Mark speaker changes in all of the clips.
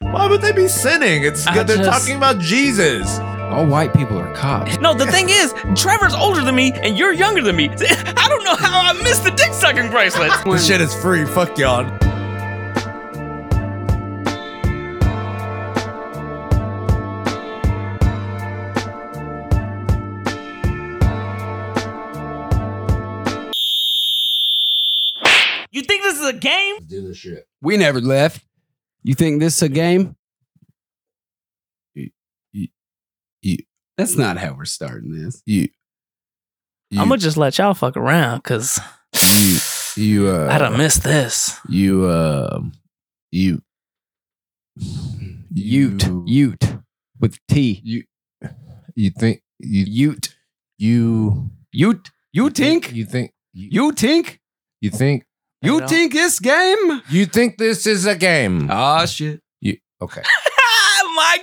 Speaker 1: Why would they be sinning? It's
Speaker 2: I
Speaker 1: they're
Speaker 2: just-
Speaker 1: talking about Jesus.
Speaker 3: All white people are cops.
Speaker 2: No, the thing is, Trevor's older than me and you're younger than me. I don't know how I missed the dick sucking bracelet.
Speaker 1: This shit is free. Fuck y'all.
Speaker 2: You think this is a game?
Speaker 4: do this shit.
Speaker 3: We never left. You think this a game? You, you, you. That's not how we're starting this. You, you,
Speaker 2: I'm gonna just let y'all fuck around because
Speaker 3: you, you, uh,
Speaker 2: I done missed this.
Speaker 3: you, uh, you, Ute,
Speaker 4: You-
Speaker 3: Ute with T.
Speaker 4: You you think you
Speaker 3: Ute,
Speaker 4: you
Speaker 3: Ute, you think,
Speaker 4: you think
Speaker 3: you think,
Speaker 4: you think
Speaker 2: I
Speaker 3: you
Speaker 2: don't-
Speaker 3: think this game?
Speaker 4: you think this is a game?
Speaker 2: Uh,
Speaker 3: Ah, shit.
Speaker 4: Okay.
Speaker 2: my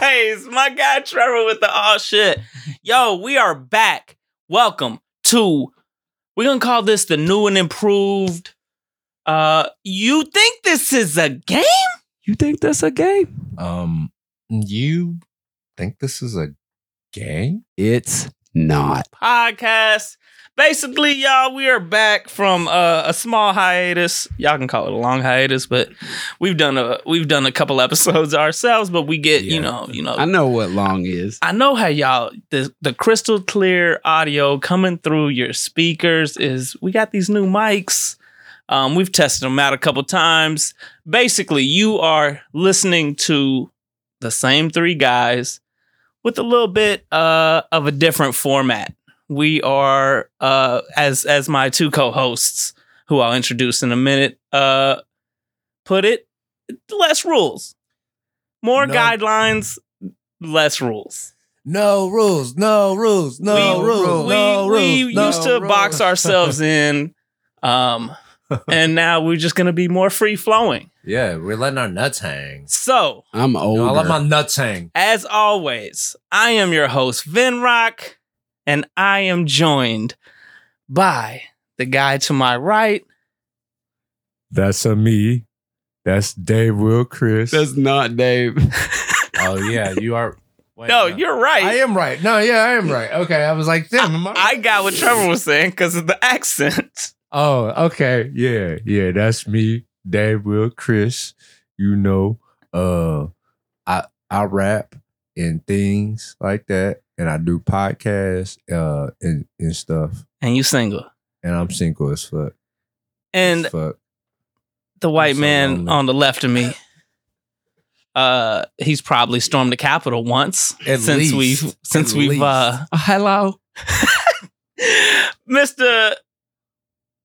Speaker 2: guys, my guy Trevor with the all shit. Yo, we are back. Welcome to. We're gonna call this the new and improved. Uh, you think this is a game?
Speaker 3: You think this a game?
Speaker 4: Um you think this is a game?
Speaker 3: It's not.
Speaker 2: podcast. Basically, y'all, we are back from uh, a small hiatus. Y'all can call it a long hiatus, but we've done a we've done a couple episodes ourselves. But we get you
Speaker 4: Yeah.
Speaker 2: know you know
Speaker 3: I know what long is.
Speaker 2: I know how y'all the the crystal clear audio coming through your speakers is we got these new mics. Um, we've tested them out a couple times. Basically, you are listening to the same three guys with a little bit uh, of a different format. We are uh, as as my two co-hosts, who I'll introduce in a minute, uh, put it less rules, more
Speaker 4: No.
Speaker 2: guidelines, less rules
Speaker 4: No rules, no rules, no
Speaker 2: we,
Speaker 4: rules,
Speaker 2: We,
Speaker 4: no
Speaker 2: we
Speaker 4: rules. no
Speaker 2: used to
Speaker 4: rules.
Speaker 2: box ourselves in, um, and now we're just gonna be more free flowing.
Speaker 4: Yeah, we're letting our nuts hang.
Speaker 2: So,
Speaker 3: I'm older.
Speaker 4: I let my nuts hang.
Speaker 2: as always, I am your host Vin Rock, and I am joined by the guy to my right.
Speaker 5: That's a me. That's Dave Will Chris.
Speaker 3: That's not Dave.
Speaker 4: Oh yeah, you are Wait,
Speaker 2: no, you're right.
Speaker 4: I am right. No, yeah, I am right. Okay, I was like, damn, am I?
Speaker 2: I got what Trevor was saying because of the accent.
Speaker 5: oh, okay. Yeah, yeah, that's me, Dave Will Chris. You know, uh I I rap and things like that. And I do podcasts uh and, and stuff.
Speaker 2: And you single.
Speaker 5: And I'm single as fuck.
Speaker 2: And
Speaker 5: as fuck.
Speaker 2: the white
Speaker 5: I'm so
Speaker 2: man
Speaker 5: lonely.
Speaker 2: on the left of me. Uh, he's probably stormed the Capitol once
Speaker 4: At
Speaker 2: since
Speaker 4: least.
Speaker 2: we've since
Speaker 4: At
Speaker 2: we've
Speaker 4: least.
Speaker 2: uh,
Speaker 3: Hello.
Speaker 2: Mr.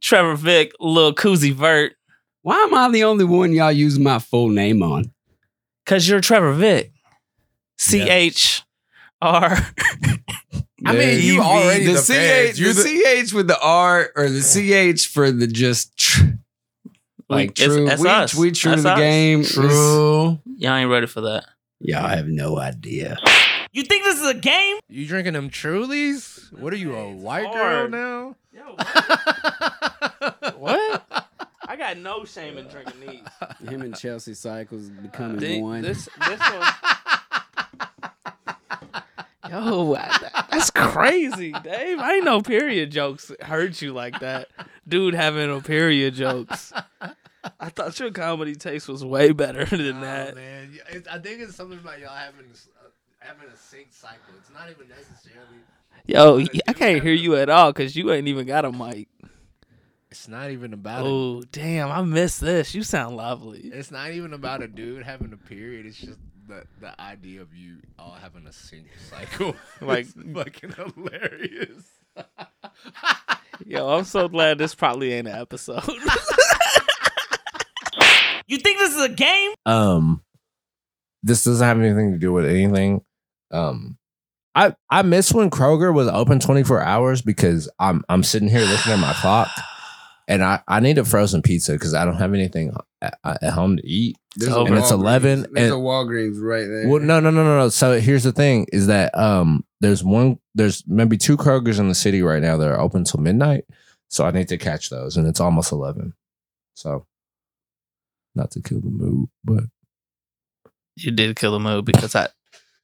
Speaker 2: Trevor Vick, Lil Koozie Vert,
Speaker 3: Why am I the only one y'all use my full name on?
Speaker 2: cause you're Trevor Vick, C
Speaker 4: Yeah.
Speaker 2: H R.
Speaker 3: I mean,
Speaker 4: you already
Speaker 3: the,
Speaker 4: the
Speaker 3: ch
Speaker 4: feds.
Speaker 3: the,
Speaker 4: You're
Speaker 3: ch with the r or the ch for the just tr- like
Speaker 2: It's-
Speaker 3: true.
Speaker 2: that's
Speaker 3: we,
Speaker 2: us.
Speaker 3: we true to
Speaker 2: That's us.
Speaker 3: the game. It's-
Speaker 4: True.
Speaker 2: Y'all ain't ready for that.
Speaker 3: Y'all have no idea.
Speaker 2: You think this is a game?
Speaker 4: You drinking them Trulies? What are you, a
Speaker 2: It's
Speaker 4: white
Speaker 2: hard.
Speaker 4: girl
Speaker 2: Yo,
Speaker 4: now?
Speaker 2: What? I got no shame in drinking these.
Speaker 3: Him and Chelsea Cycles becoming one.
Speaker 2: This this one. Yo, I- that's crazy, Dave. I ain't know period jokes hurt you like that. Dude having no period jokes. I thought your comedy taste was way better than
Speaker 6: Oh,
Speaker 2: that.
Speaker 4: man, it, I think it's something about y'all having uh, having a sync cycle. It's not even necessarily.
Speaker 2: Yo, I can't hear you at all because you ain't even got a mic.
Speaker 4: It's not even about. A,
Speaker 2: Oh, damn, I miss this. You sound lovely.
Speaker 4: it's not even about a dude having a period. It's just the the idea of you all having a sync cycle.
Speaker 2: Like-
Speaker 4: It's fucking hilarious.
Speaker 2: Yo, I'm so glad this probably ain't an episode. you think this is a game?
Speaker 4: um this doesn't have anything to do with anything um i i miss when kroger was open 24 hours because i'm i'm sitting here looking at my clock and i i need a frozen pizza because i don't have anything at, at home to eat
Speaker 3: a
Speaker 4: and it's
Speaker 3: Walgreens.
Speaker 4: 11
Speaker 3: There's
Speaker 4: and
Speaker 3: a Walgreens right there.
Speaker 4: well, no, no, no, no, no. So here's the thing: is that um, there's one, there's maybe two Krogers in the city right now that are open till midnight. So I need to catch those, and it's almost eleven. So, not to kill the mood, but
Speaker 2: You did kill the mood because I,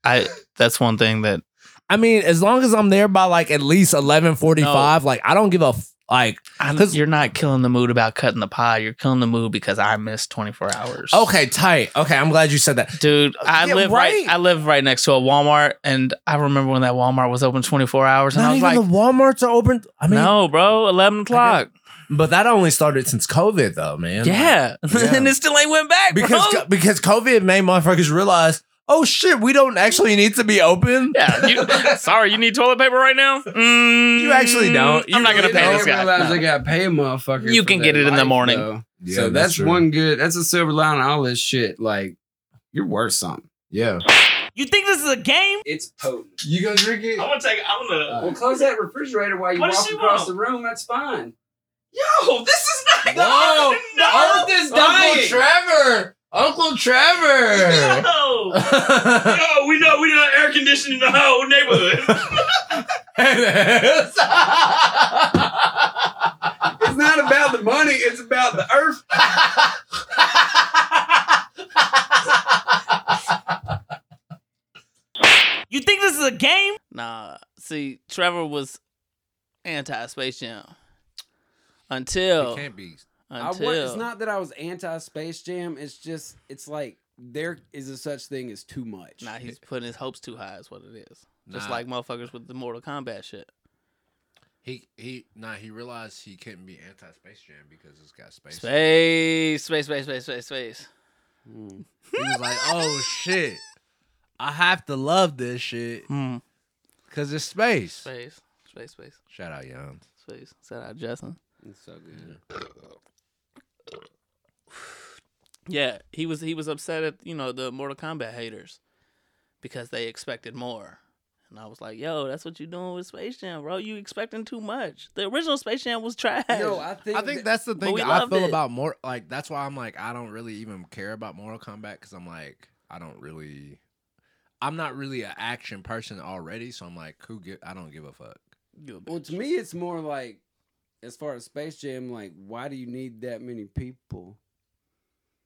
Speaker 2: I. That's one thing that
Speaker 4: I mean, as long as I'm there by like at least eleven forty five, like I don't give a f- like.
Speaker 2: I,
Speaker 4: 'Cause-
Speaker 2: you're not killing the mood about cutting the pie. You're killing the mood because I missed 24 hours.
Speaker 4: Okay, tight. Okay, I'm glad you said that.
Speaker 2: Dude, I
Speaker 4: Yeah,
Speaker 2: live right.
Speaker 4: right.
Speaker 2: I live right next to a Walmart, and I remember when that Walmart was open 24 hours, and
Speaker 4: Not
Speaker 2: I was
Speaker 4: even
Speaker 2: like,
Speaker 4: the WalMarts are open. I mean,
Speaker 2: "No, bro, 11 o'clock."
Speaker 4: but that only started since COVID, though, man.
Speaker 2: Yeah, and it still ain't went back,
Speaker 4: because
Speaker 2: bro.
Speaker 4: co- because COVID made motherfuckers realize, oh shit, we don't actually need to be open.
Speaker 2: yeah, you, sorry, you need toilet paper right now. Mm,
Speaker 4: You actually don't. You
Speaker 2: I'm not gonna
Speaker 4: really
Speaker 2: pay
Speaker 4: don't
Speaker 2: this guy.
Speaker 3: Realize
Speaker 2: No.
Speaker 3: they got pay a motherfucker.
Speaker 2: You
Speaker 3: for
Speaker 2: can get
Speaker 3: their
Speaker 2: it in the
Speaker 3: life,
Speaker 2: morning.
Speaker 3: though.
Speaker 6: Yeah,
Speaker 3: so
Speaker 6: that's
Speaker 3: that's,
Speaker 6: true.
Speaker 3: one good. That's a silver lining. All this shit, like you're worth something.
Speaker 6: Yeah.
Speaker 2: You think this is a game?
Speaker 3: It's potent.
Speaker 6: You gonna drink it?
Speaker 2: gonna take. I'm
Speaker 3: Uh, well, close that refrigerator while you
Speaker 2: What does
Speaker 3: walk
Speaker 2: she
Speaker 3: across
Speaker 2: want?
Speaker 3: the room. That's fine.
Speaker 2: Yo, this is not.
Speaker 4: Whoa,
Speaker 3: No, Earth is dying.
Speaker 4: Trevor, Uncle Trevor.
Speaker 2: No, no, we know we not air conditioning the whole neighborhood.
Speaker 3: It's not about the money. It's about the earth.
Speaker 2: You think this is a game? Nah. See, Trevor was anti Space Jam until
Speaker 6: can't be.
Speaker 3: I
Speaker 2: until
Speaker 3: wa- it's not that I was anti Space Jam. It's just it's like there is a such thing as too much.
Speaker 2: Nah, he's putting his hopes too high. Is what it is. Just
Speaker 6: Nah.
Speaker 2: like motherfuckers with the Mortal Kombat shit.
Speaker 6: He he. Nah, he realized he couldn't be anti Space Jam because it's got space.
Speaker 2: Space, space, space, space, space, space.
Speaker 3: Mm.
Speaker 6: He was like, oh shit, I have to love this shit
Speaker 2: Hmm.
Speaker 6: because it's space.
Speaker 2: Space, space, space,
Speaker 6: Shout out, Young.
Speaker 2: space. Shout out Justin.
Speaker 3: It's so good.
Speaker 2: Yeah, he was he was upset at you know the Mortal Kombat haters because they expected more, and I was like, "Yo, that's what you doing with Space Jam, bro? You expecting too much. The original Space Jam was trash."
Speaker 3: No, I think
Speaker 6: I think that's the thing
Speaker 2: we
Speaker 6: that I
Speaker 2: loved
Speaker 6: feel
Speaker 2: it.
Speaker 6: about more. Like that's why I'm like I don't really even care about Mortal Kombat because I'm like I don't really, I'm not really an action person already. So I'm like, who give? I don't give a fuck.
Speaker 2: You a bitch.
Speaker 3: Well, to me, it's more like, as far as Space Jam, like, why do you need that many people?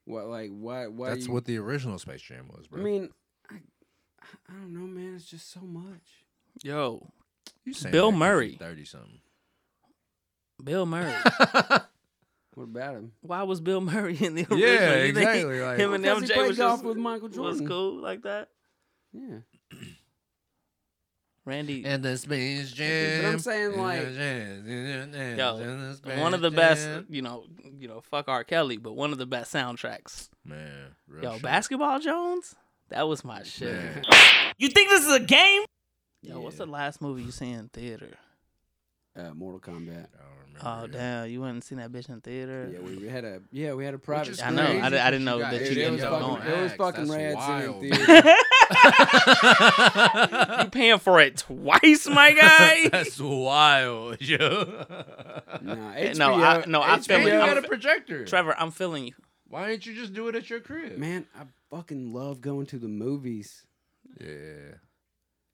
Speaker 3: What, like, why, why?
Speaker 6: That's
Speaker 3: you,
Speaker 6: what the original Space Jam was,
Speaker 3: I
Speaker 6: bro.
Speaker 3: mean. I, I don't know, man. It's just so much.
Speaker 2: yo,
Speaker 6: you saying
Speaker 2: Bill
Speaker 6: that 'cause you're
Speaker 2: Murray.
Speaker 6: thirty something.
Speaker 2: Bill Murray.
Speaker 3: What about him?
Speaker 2: Why was Bill Murray in the original?
Speaker 6: yeah,
Speaker 2: You think
Speaker 6: exactly. Like,
Speaker 2: Him and
Speaker 3: Because he
Speaker 2: MJ
Speaker 3: played
Speaker 2: was
Speaker 3: golf
Speaker 2: just-
Speaker 3: with Michael
Speaker 2: he was
Speaker 3: Jordan.
Speaker 2: cool like that.
Speaker 3: Yeah,
Speaker 2: Randy,
Speaker 6: and the Space Jam.
Speaker 3: but I'm saying like,
Speaker 2: Yo, one of the best. You know, you know, fuck R. Kelly, but one of the best soundtracks.
Speaker 6: Man, real
Speaker 2: Yo,
Speaker 6: shit.
Speaker 2: Basketball Jones, that was my shit.
Speaker 6: Man.
Speaker 2: You think this is a game? Yo,
Speaker 3: Yeah.
Speaker 2: what's the last movie you see in theater?
Speaker 3: uh, Mortal Kombat.
Speaker 6: I don't remember.
Speaker 2: Oh,
Speaker 6: yeah.
Speaker 2: damn, you went and seen that bitch in theater.
Speaker 3: Yeah, we, we had a yeah, we had a private.
Speaker 6: Which is
Speaker 2: I know, I
Speaker 6: crazy
Speaker 2: di- I
Speaker 6: that
Speaker 2: didn't know
Speaker 6: got
Speaker 2: that
Speaker 3: Dude,
Speaker 2: you
Speaker 3: it
Speaker 2: ended
Speaker 3: was
Speaker 2: up
Speaker 3: fucking,
Speaker 2: going.
Speaker 3: it was
Speaker 6: Facts,
Speaker 3: fucking
Speaker 6: that's
Speaker 3: rad seeing
Speaker 6: wild.
Speaker 3: it in theater.
Speaker 2: you paying for it twice, my guy.
Speaker 6: That's wild, yo.
Speaker 3: Nah, HBO,
Speaker 2: No, I- no, I feel
Speaker 6: And
Speaker 2: Billy,
Speaker 6: you
Speaker 2: I'm
Speaker 6: got a
Speaker 2: fi-
Speaker 6: projector.
Speaker 2: Trevor, I'm feeling you.
Speaker 6: Why didn't you just do it at your crib?
Speaker 3: Man, I fucking love going to the movies.
Speaker 6: Yeah.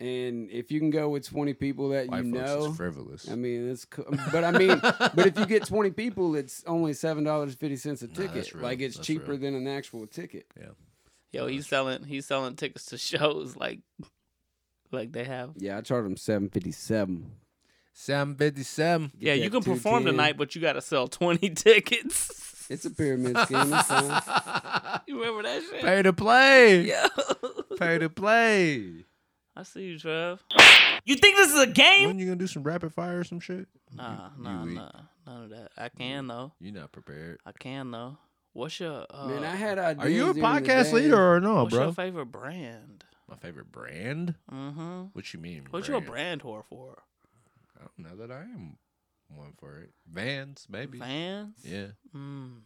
Speaker 3: And if you can go with 20 people that you
Speaker 6: White folks
Speaker 3: know,
Speaker 6: is frivolous.
Speaker 3: I mean, it's cool. But I mean, but if you get 20 people, it's only $7.50 a
Speaker 6: Nah,
Speaker 3: ticket.
Speaker 6: that's real.
Speaker 3: like, it's
Speaker 6: That's
Speaker 3: cheaper
Speaker 6: real.
Speaker 3: than an actual ticket.
Speaker 2: Yo, he's selling he's selling tickets to shows like like they have.
Speaker 3: Yeah, I charge them 757
Speaker 6: Seven fifty seven.
Speaker 3: Get
Speaker 2: Yeah,
Speaker 3: that
Speaker 2: you can perform
Speaker 3: 210.
Speaker 2: tonight, but you gotta sell twenty tickets.
Speaker 3: It's a pyramid scheme. It's fine.
Speaker 2: you remember that shit?
Speaker 6: Pay to play.
Speaker 2: Yo.
Speaker 6: Pay to play.
Speaker 2: I see you, Trev. You think this is a game?
Speaker 6: When you gonna do some rapid fire or some shit?
Speaker 2: Nah,
Speaker 6: You-
Speaker 2: nah,
Speaker 6: you weak.
Speaker 2: nah. None of that. I can though.
Speaker 6: You not prepared.
Speaker 2: I can though. What's your uh,
Speaker 3: Man, I had ideas.
Speaker 6: Are you a
Speaker 3: during the
Speaker 6: podcast
Speaker 3: day.
Speaker 6: leader or no,
Speaker 2: what's
Speaker 6: bro?
Speaker 2: your favorite brand?
Speaker 6: My favorite brand.
Speaker 2: Mm-hmm.
Speaker 6: What you mean?
Speaker 2: What you a brand whore for?
Speaker 6: I don't know that I am one for it. Vans, maybe.
Speaker 2: Vans?
Speaker 6: Yeah.
Speaker 2: Mm.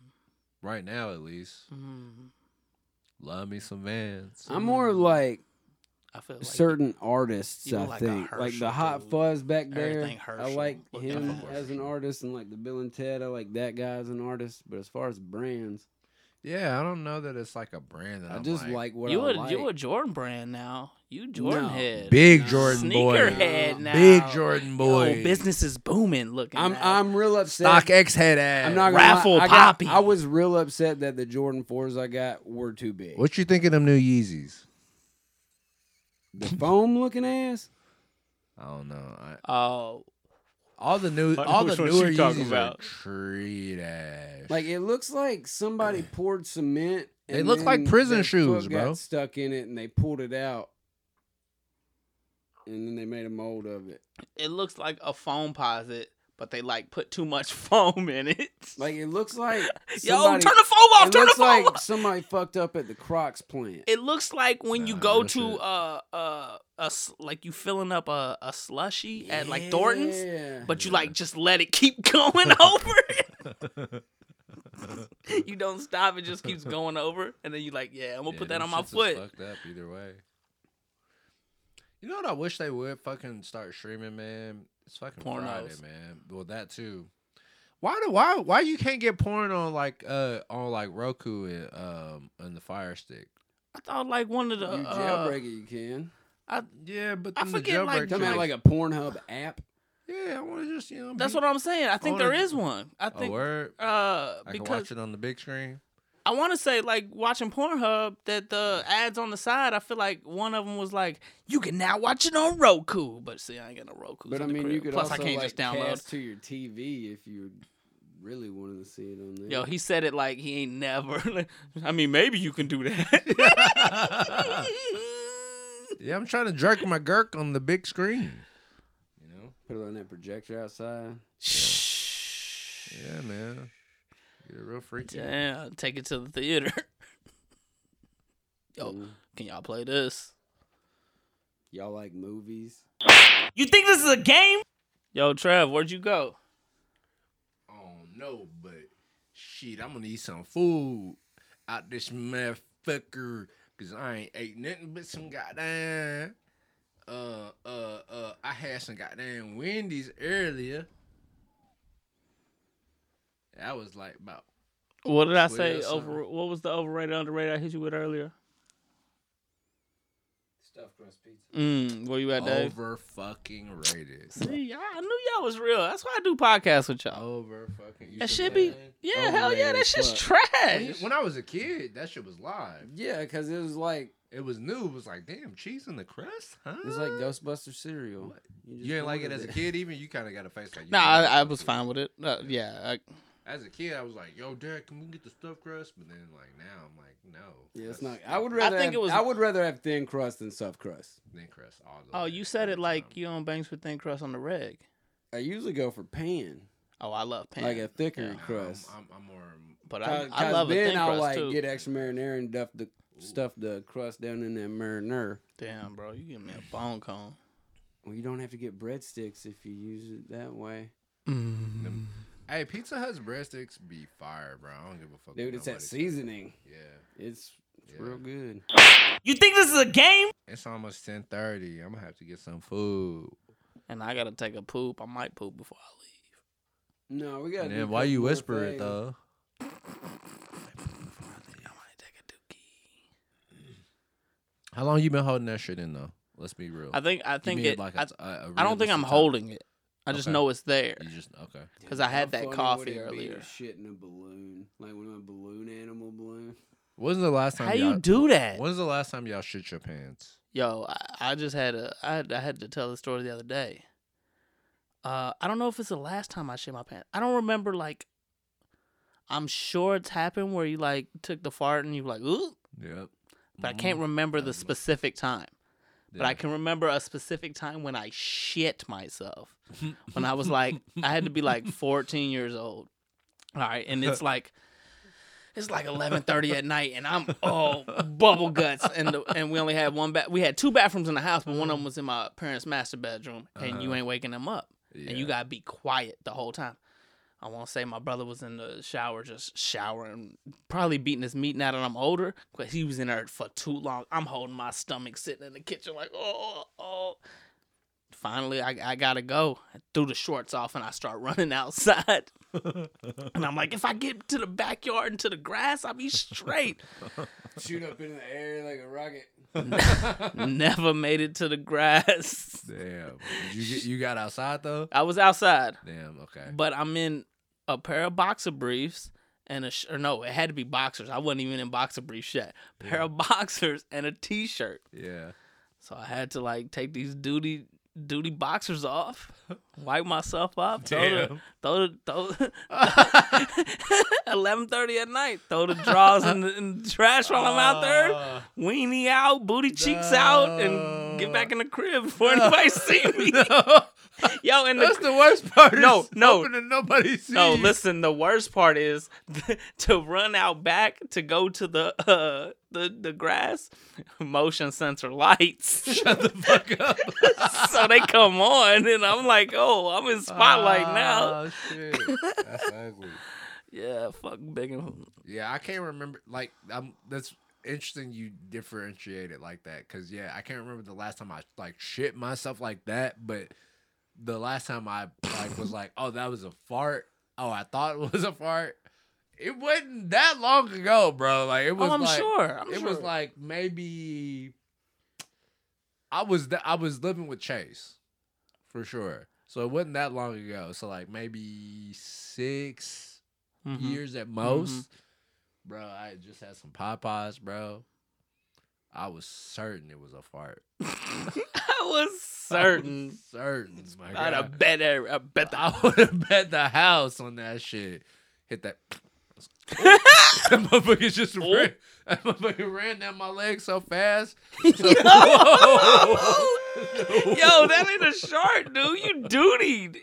Speaker 6: Right now, at least.
Speaker 2: Mm.
Speaker 6: Love me some Vans.
Speaker 3: I'm more like
Speaker 2: I feel like
Speaker 3: certain artists,
Speaker 2: you
Speaker 3: I
Speaker 2: like a
Speaker 3: think. like the
Speaker 2: Herschel,
Speaker 3: Hot
Speaker 2: dude.
Speaker 3: Fuzz back there.
Speaker 2: Everything
Speaker 3: I
Speaker 2: Herschel.
Speaker 3: like
Speaker 2: Look at
Speaker 3: him
Speaker 2: Herschel.
Speaker 3: as an artist and like the Bill and Ted. I like that guy as an artist. But as far as brands,
Speaker 6: Yeah, I don't know that it's like a brand that
Speaker 3: I
Speaker 6: I'm
Speaker 3: just like, what
Speaker 2: you
Speaker 3: I
Speaker 2: a
Speaker 3: like.
Speaker 2: you a Jordan brand now. You Jordan
Speaker 3: No.
Speaker 2: head.
Speaker 6: Big
Speaker 3: Nah.
Speaker 6: Jordan boy.
Speaker 2: Sneakerhead now.
Speaker 6: Big Jordan
Speaker 2: Yo,
Speaker 6: boy.
Speaker 2: business is booming. Looking,
Speaker 3: I'm
Speaker 2: at.
Speaker 3: I'm real upset.
Speaker 6: Stock X head ass.
Speaker 3: I'm not gonna
Speaker 2: Raffle
Speaker 3: lie. I, got-
Speaker 2: Poppy.
Speaker 3: I was real upset that the Jordan fours I got were too big.
Speaker 6: What you think of them new Yeezys?
Speaker 3: The foam looking ass.
Speaker 6: I don't know. I,
Speaker 2: Oh,
Speaker 6: all the new,
Speaker 2: Like,
Speaker 6: all the
Speaker 2: which ones
Speaker 6: newer
Speaker 2: you talking
Speaker 6: Yeezys
Speaker 2: about?
Speaker 6: are treat ass.
Speaker 3: Like it looks like somebody poured cement.
Speaker 6: They
Speaker 3: and
Speaker 6: look like
Speaker 3: then
Speaker 6: prison
Speaker 3: their
Speaker 6: shoes,
Speaker 3: foot
Speaker 6: bro.
Speaker 3: Got stuck in it and they pulled it out, and then they made a mold of it.
Speaker 2: it looks like a foam posit, but they like put too much foam in it.
Speaker 3: Like it looks like
Speaker 2: Yo,
Speaker 3: somebody-
Speaker 2: turn the foam off.
Speaker 3: It
Speaker 2: Turn the
Speaker 3: looks
Speaker 2: foam
Speaker 3: like
Speaker 2: off.
Speaker 3: somebody fucked up at the Crocs plant.
Speaker 2: It looks like when you
Speaker 6: Nah,
Speaker 2: go
Speaker 6: that
Speaker 2: to
Speaker 6: shit-
Speaker 2: uh uh a s- like you filling up a a slushy at like Thornton's,
Speaker 3: Yeah.
Speaker 2: but you like just let it keep going over. you don't stop; it just keeps going over, and then you like, yeah, I'm gonna put that on my foot.
Speaker 6: Fucked up either way. You know what I wish they would fucking start streaming, man. It's fucking Friday,
Speaker 2: Pornos.
Speaker 6: man. Well, that too. Why do why why you can't get porn on like uh on like Roku and um and the Fire Stick?
Speaker 2: I thought like one of
Speaker 3: you
Speaker 2: the uh,
Speaker 3: jailbreak it, you can.
Speaker 6: Yeah, but
Speaker 2: I
Speaker 6: then the
Speaker 2: forget, like,
Speaker 6: jailbreak
Speaker 3: Talking about
Speaker 6: shit-
Speaker 3: like a Pornhub app.
Speaker 6: yeah, I want to just you know.
Speaker 2: That's what I'm saying. I think
Speaker 6: I wanna-
Speaker 2: there is one. I
Speaker 6: a
Speaker 2: think
Speaker 6: word.
Speaker 2: uh
Speaker 6: I can watch
Speaker 2: because
Speaker 6: it on the big screen.
Speaker 2: I want to say like watching Pornhub that the ads on the side. I feel like one of them was like you can now watch it on Roku, but see I ain't got no Roku.
Speaker 3: But I mean, you could
Speaker 2: plus
Speaker 3: also
Speaker 2: I can't
Speaker 3: like
Speaker 2: just download.
Speaker 3: cast to your TV if you really wanted to see it on there.
Speaker 2: Yo, he said it like he ain't never. I mean, maybe you can do that.
Speaker 6: Yeah, I'm trying to jerk my girk on the big screen. You know.
Speaker 3: put it on that projector outside.
Speaker 2: Shh.
Speaker 6: Yeah, man. You're real freaky.
Speaker 2: Damn, take it to the theater. Yo,
Speaker 3: Mm.
Speaker 2: can y'all play this?
Speaker 3: Y'all like movies?
Speaker 2: You think this is a game? Yo, Trev, where'd you go?
Speaker 6: Oh no, but shit, I'm gonna eat some food out this motherfucker because I ain't ate nothing but some goddamn. Uh, uh, uh, I had some goddamn Wendy's earlier. That was like about
Speaker 2: What did I
Speaker 6: Sweet
Speaker 2: say?
Speaker 6: ass son.
Speaker 2: Over, what was the overrated, underrated I hit you with earlier?
Speaker 3: Stuffed crust pizza.
Speaker 2: Mm, where you at, Dave?
Speaker 6: over fucking rated.
Speaker 2: See, y'all- I knew y'all was real. That's why I do podcasts with y'all.
Speaker 6: Over fucking. you
Speaker 2: That
Speaker 6: said
Speaker 2: should be,
Speaker 6: that?
Speaker 2: yeah, hell yeah,
Speaker 3: Overrated
Speaker 2: that
Speaker 3: as
Speaker 2: shit's
Speaker 3: fuck.
Speaker 2: trash.
Speaker 6: When I was a kid, that shit was live.
Speaker 3: Yeah, because it was like
Speaker 6: It was new. It was like, damn, cheese in the crust, huh?
Speaker 3: it's
Speaker 2: Uh,
Speaker 3: like Ghostbuster cereal. just
Speaker 6: You ain't like it
Speaker 3: ordered
Speaker 6: as a kid, even. You kind of got a face like. you
Speaker 2: Nah,
Speaker 6: didn't
Speaker 2: I, I
Speaker 6: like
Speaker 2: was
Speaker 6: it.
Speaker 2: fine with it. Uh, yeah, I,
Speaker 6: As a kid, I was like, "Yo, Dad, can we get the stuffed crust?" But then, like now, I'm like, "No."
Speaker 3: Yeah, it's not.
Speaker 6: that's
Speaker 3: I would
Speaker 6: stupid.
Speaker 3: rather. I
Speaker 2: think it was-
Speaker 3: I would rather have thin crust than stuffed crust.
Speaker 6: Thin crust. All the
Speaker 2: Oh,
Speaker 6: way,
Speaker 2: you said
Speaker 6: every
Speaker 2: it like
Speaker 6: time.
Speaker 2: you on Banks with thin crust on the reg.
Speaker 3: I usually go for pan,
Speaker 2: Oh, I love pan.
Speaker 3: like a thicker
Speaker 2: Yeah.
Speaker 3: crust.
Speaker 6: I'm, I'm, I'm more.
Speaker 2: but I,
Speaker 3: Cause,
Speaker 2: I
Speaker 3: 'cause
Speaker 2: love a
Speaker 3: then
Speaker 2: thin
Speaker 3: I'll
Speaker 2: crust
Speaker 3: like
Speaker 2: too.
Speaker 3: get extra marinara and duff the stuff the crust down in that marinara.
Speaker 2: Damn, bro, you give me a bone cone.
Speaker 3: Well, you don't have to get breadsticks if you use it that way, Mm.
Speaker 6: Hey, Pizza Hut's breadsticks be fire, bro. I don't give a fuck.
Speaker 3: dude.
Speaker 6: what
Speaker 3: It's that
Speaker 6: nobody says.
Speaker 3: seasoning.
Speaker 6: Yeah,
Speaker 3: It's, it's
Speaker 6: Yeah.
Speaker 3: real good.
Speaker 2: You think this is a game?
Speaker 6: it's almost ten thirty. I'm gonna have to get some food.
Speaker 2: And I gotta take a poop. I might poop before I leave.
Speaker 3: No, we got.
Speaker 6: And then why you whisper it though?
Speaker 2: I might take a dookie.
Speaker 6: How long you been holding that shit in though? Let's be real.
Speaker 2: I think I think it. I I I
Speaker 6: I a
Speaker 2: don't think
Speaker 6: realistic
Speaker 2: I'm
Speaker 6: time.
Speaker 2: holding it. I just
Speaker 6: Okay.
Speaker 2: know it's there.
Speaker 6: You just okay.
Speaker 2: Because I had that coffee earlier.
Speaker 3: Shit in a balloon, like one of my balloon animal balloon.
Speaker 6: When's the last time
Speaker 2: How
Speaker 6: y'all,
Speaker 2: you do that,
Speaker 6: When's the last time y'all shit your pants?
Speaker 2: yo? I, I just had a. I had, I had to tell the story the other day. Uh, I don't know if it's the last time I shit my pants. I don't remember like. I'm sure it's happened where you like took the fart and you were like ooh,
Speaker 6: Yep.
Speaker 2: but I
Speaker 6: Mm-hmm.
Speaker 2: can't remember the specific time. But I can remember a specific time when I shit myself. when I was like, I had to be like 14 years old. All right, and it's like, it's like 11:30 at night, and I'm all bubble guts, and the, and we only had one bath. We had two bathrooms in the house, but one of them was in my parents' master bedroom, and you ain't waking them up, and you gotta be quiet the whole time. I won't say my brother was in the shower, just showering, probably beating his meat now that I'm older, because he was in there for too long. I'm holding my stomach, sitting in the kitchen, like, oh, oh. finally I, I gotta go. I threw the shorts off and I start running outside. and I'm like, if I get to the backyard and to the grass, I'll be straight.
Speaker 3: Shoot up in the air like a rocket.
Speaker 2: Never made it to the grass.
Speaker 6: Damn. Did you get you got outside though?
Speaker 2: I was outside,
Speaker 6: Damn, okay.
Speaker 2: but I'm in a pair of boxer briefs and a sh- or no, it had to be boxers. I wasn't even in boxer briefs yet. Pair of boxers and a t-shirt.
Speaker 6: Yeah.
Speaker 2: So I had to like take these duty duty boxers off, wipe myself up, throw the throw the throw eleven thirty at night, throw the drawers in the, in the trash while I'm out there, weenie out, booty cheeks out, and get back in the crib before anybody see me. Yo, and the,
Speaker 6: the worst part.
Speaker 2: No, no.
Speaker 6: that nobody sees.
Speaker 2: no, listen. The worst part is to run out back to go to the uh, the the grass, motion sensor lights.
Speaker 6: Shut the fuck up.
Speaker 2: so they come on, and I'm like, oh, I'm in spotlight now.
Speaker 6: Oh shit. That's ugly.
Speaker 2: Yeah, fuck Bingham.
Speaker 6: Yeah, I can't remember. Like, I'm that's interesting. You differentiate it like that, because yeah, I can't remember the last time I like shit myself like that. But the last time I like was like, oh, that was a fart. Oh, I thought it was a fart. It wasn't that long ago, bro. Like it was.
Speaker 2: Oh, I'm
Speaker 6: like,
Speaker 2: sure. I'm
Speaker 6: it
Speaker 2: sure.
Speaker 6: was like maybe I was th- I was living with Chase for sure. So it wasn't that long ago. So like maybe 6
Speaker 2: Mhm.
Speaker 6: years at most. Bro, I just had some Popeyes, bro. I was certain it was a fart.
Speaker 2: I was
Speaker 6: I
Speaker 2: certain.
Speaker 6: was certain. Oh My
Speaker 2: I'd
Speaker 6: God.
Speaker 2: have bet. every- I bet the.
Speaker 6: I would have bet the house on that shit. Hit that. that motherfucker just
Speaker 2: Oh.
Speaker 6: ran. That motherfucker ran down my leg so fast.
Speaker 2: Oh, Yo, that ain't a shark, dude. You dutied.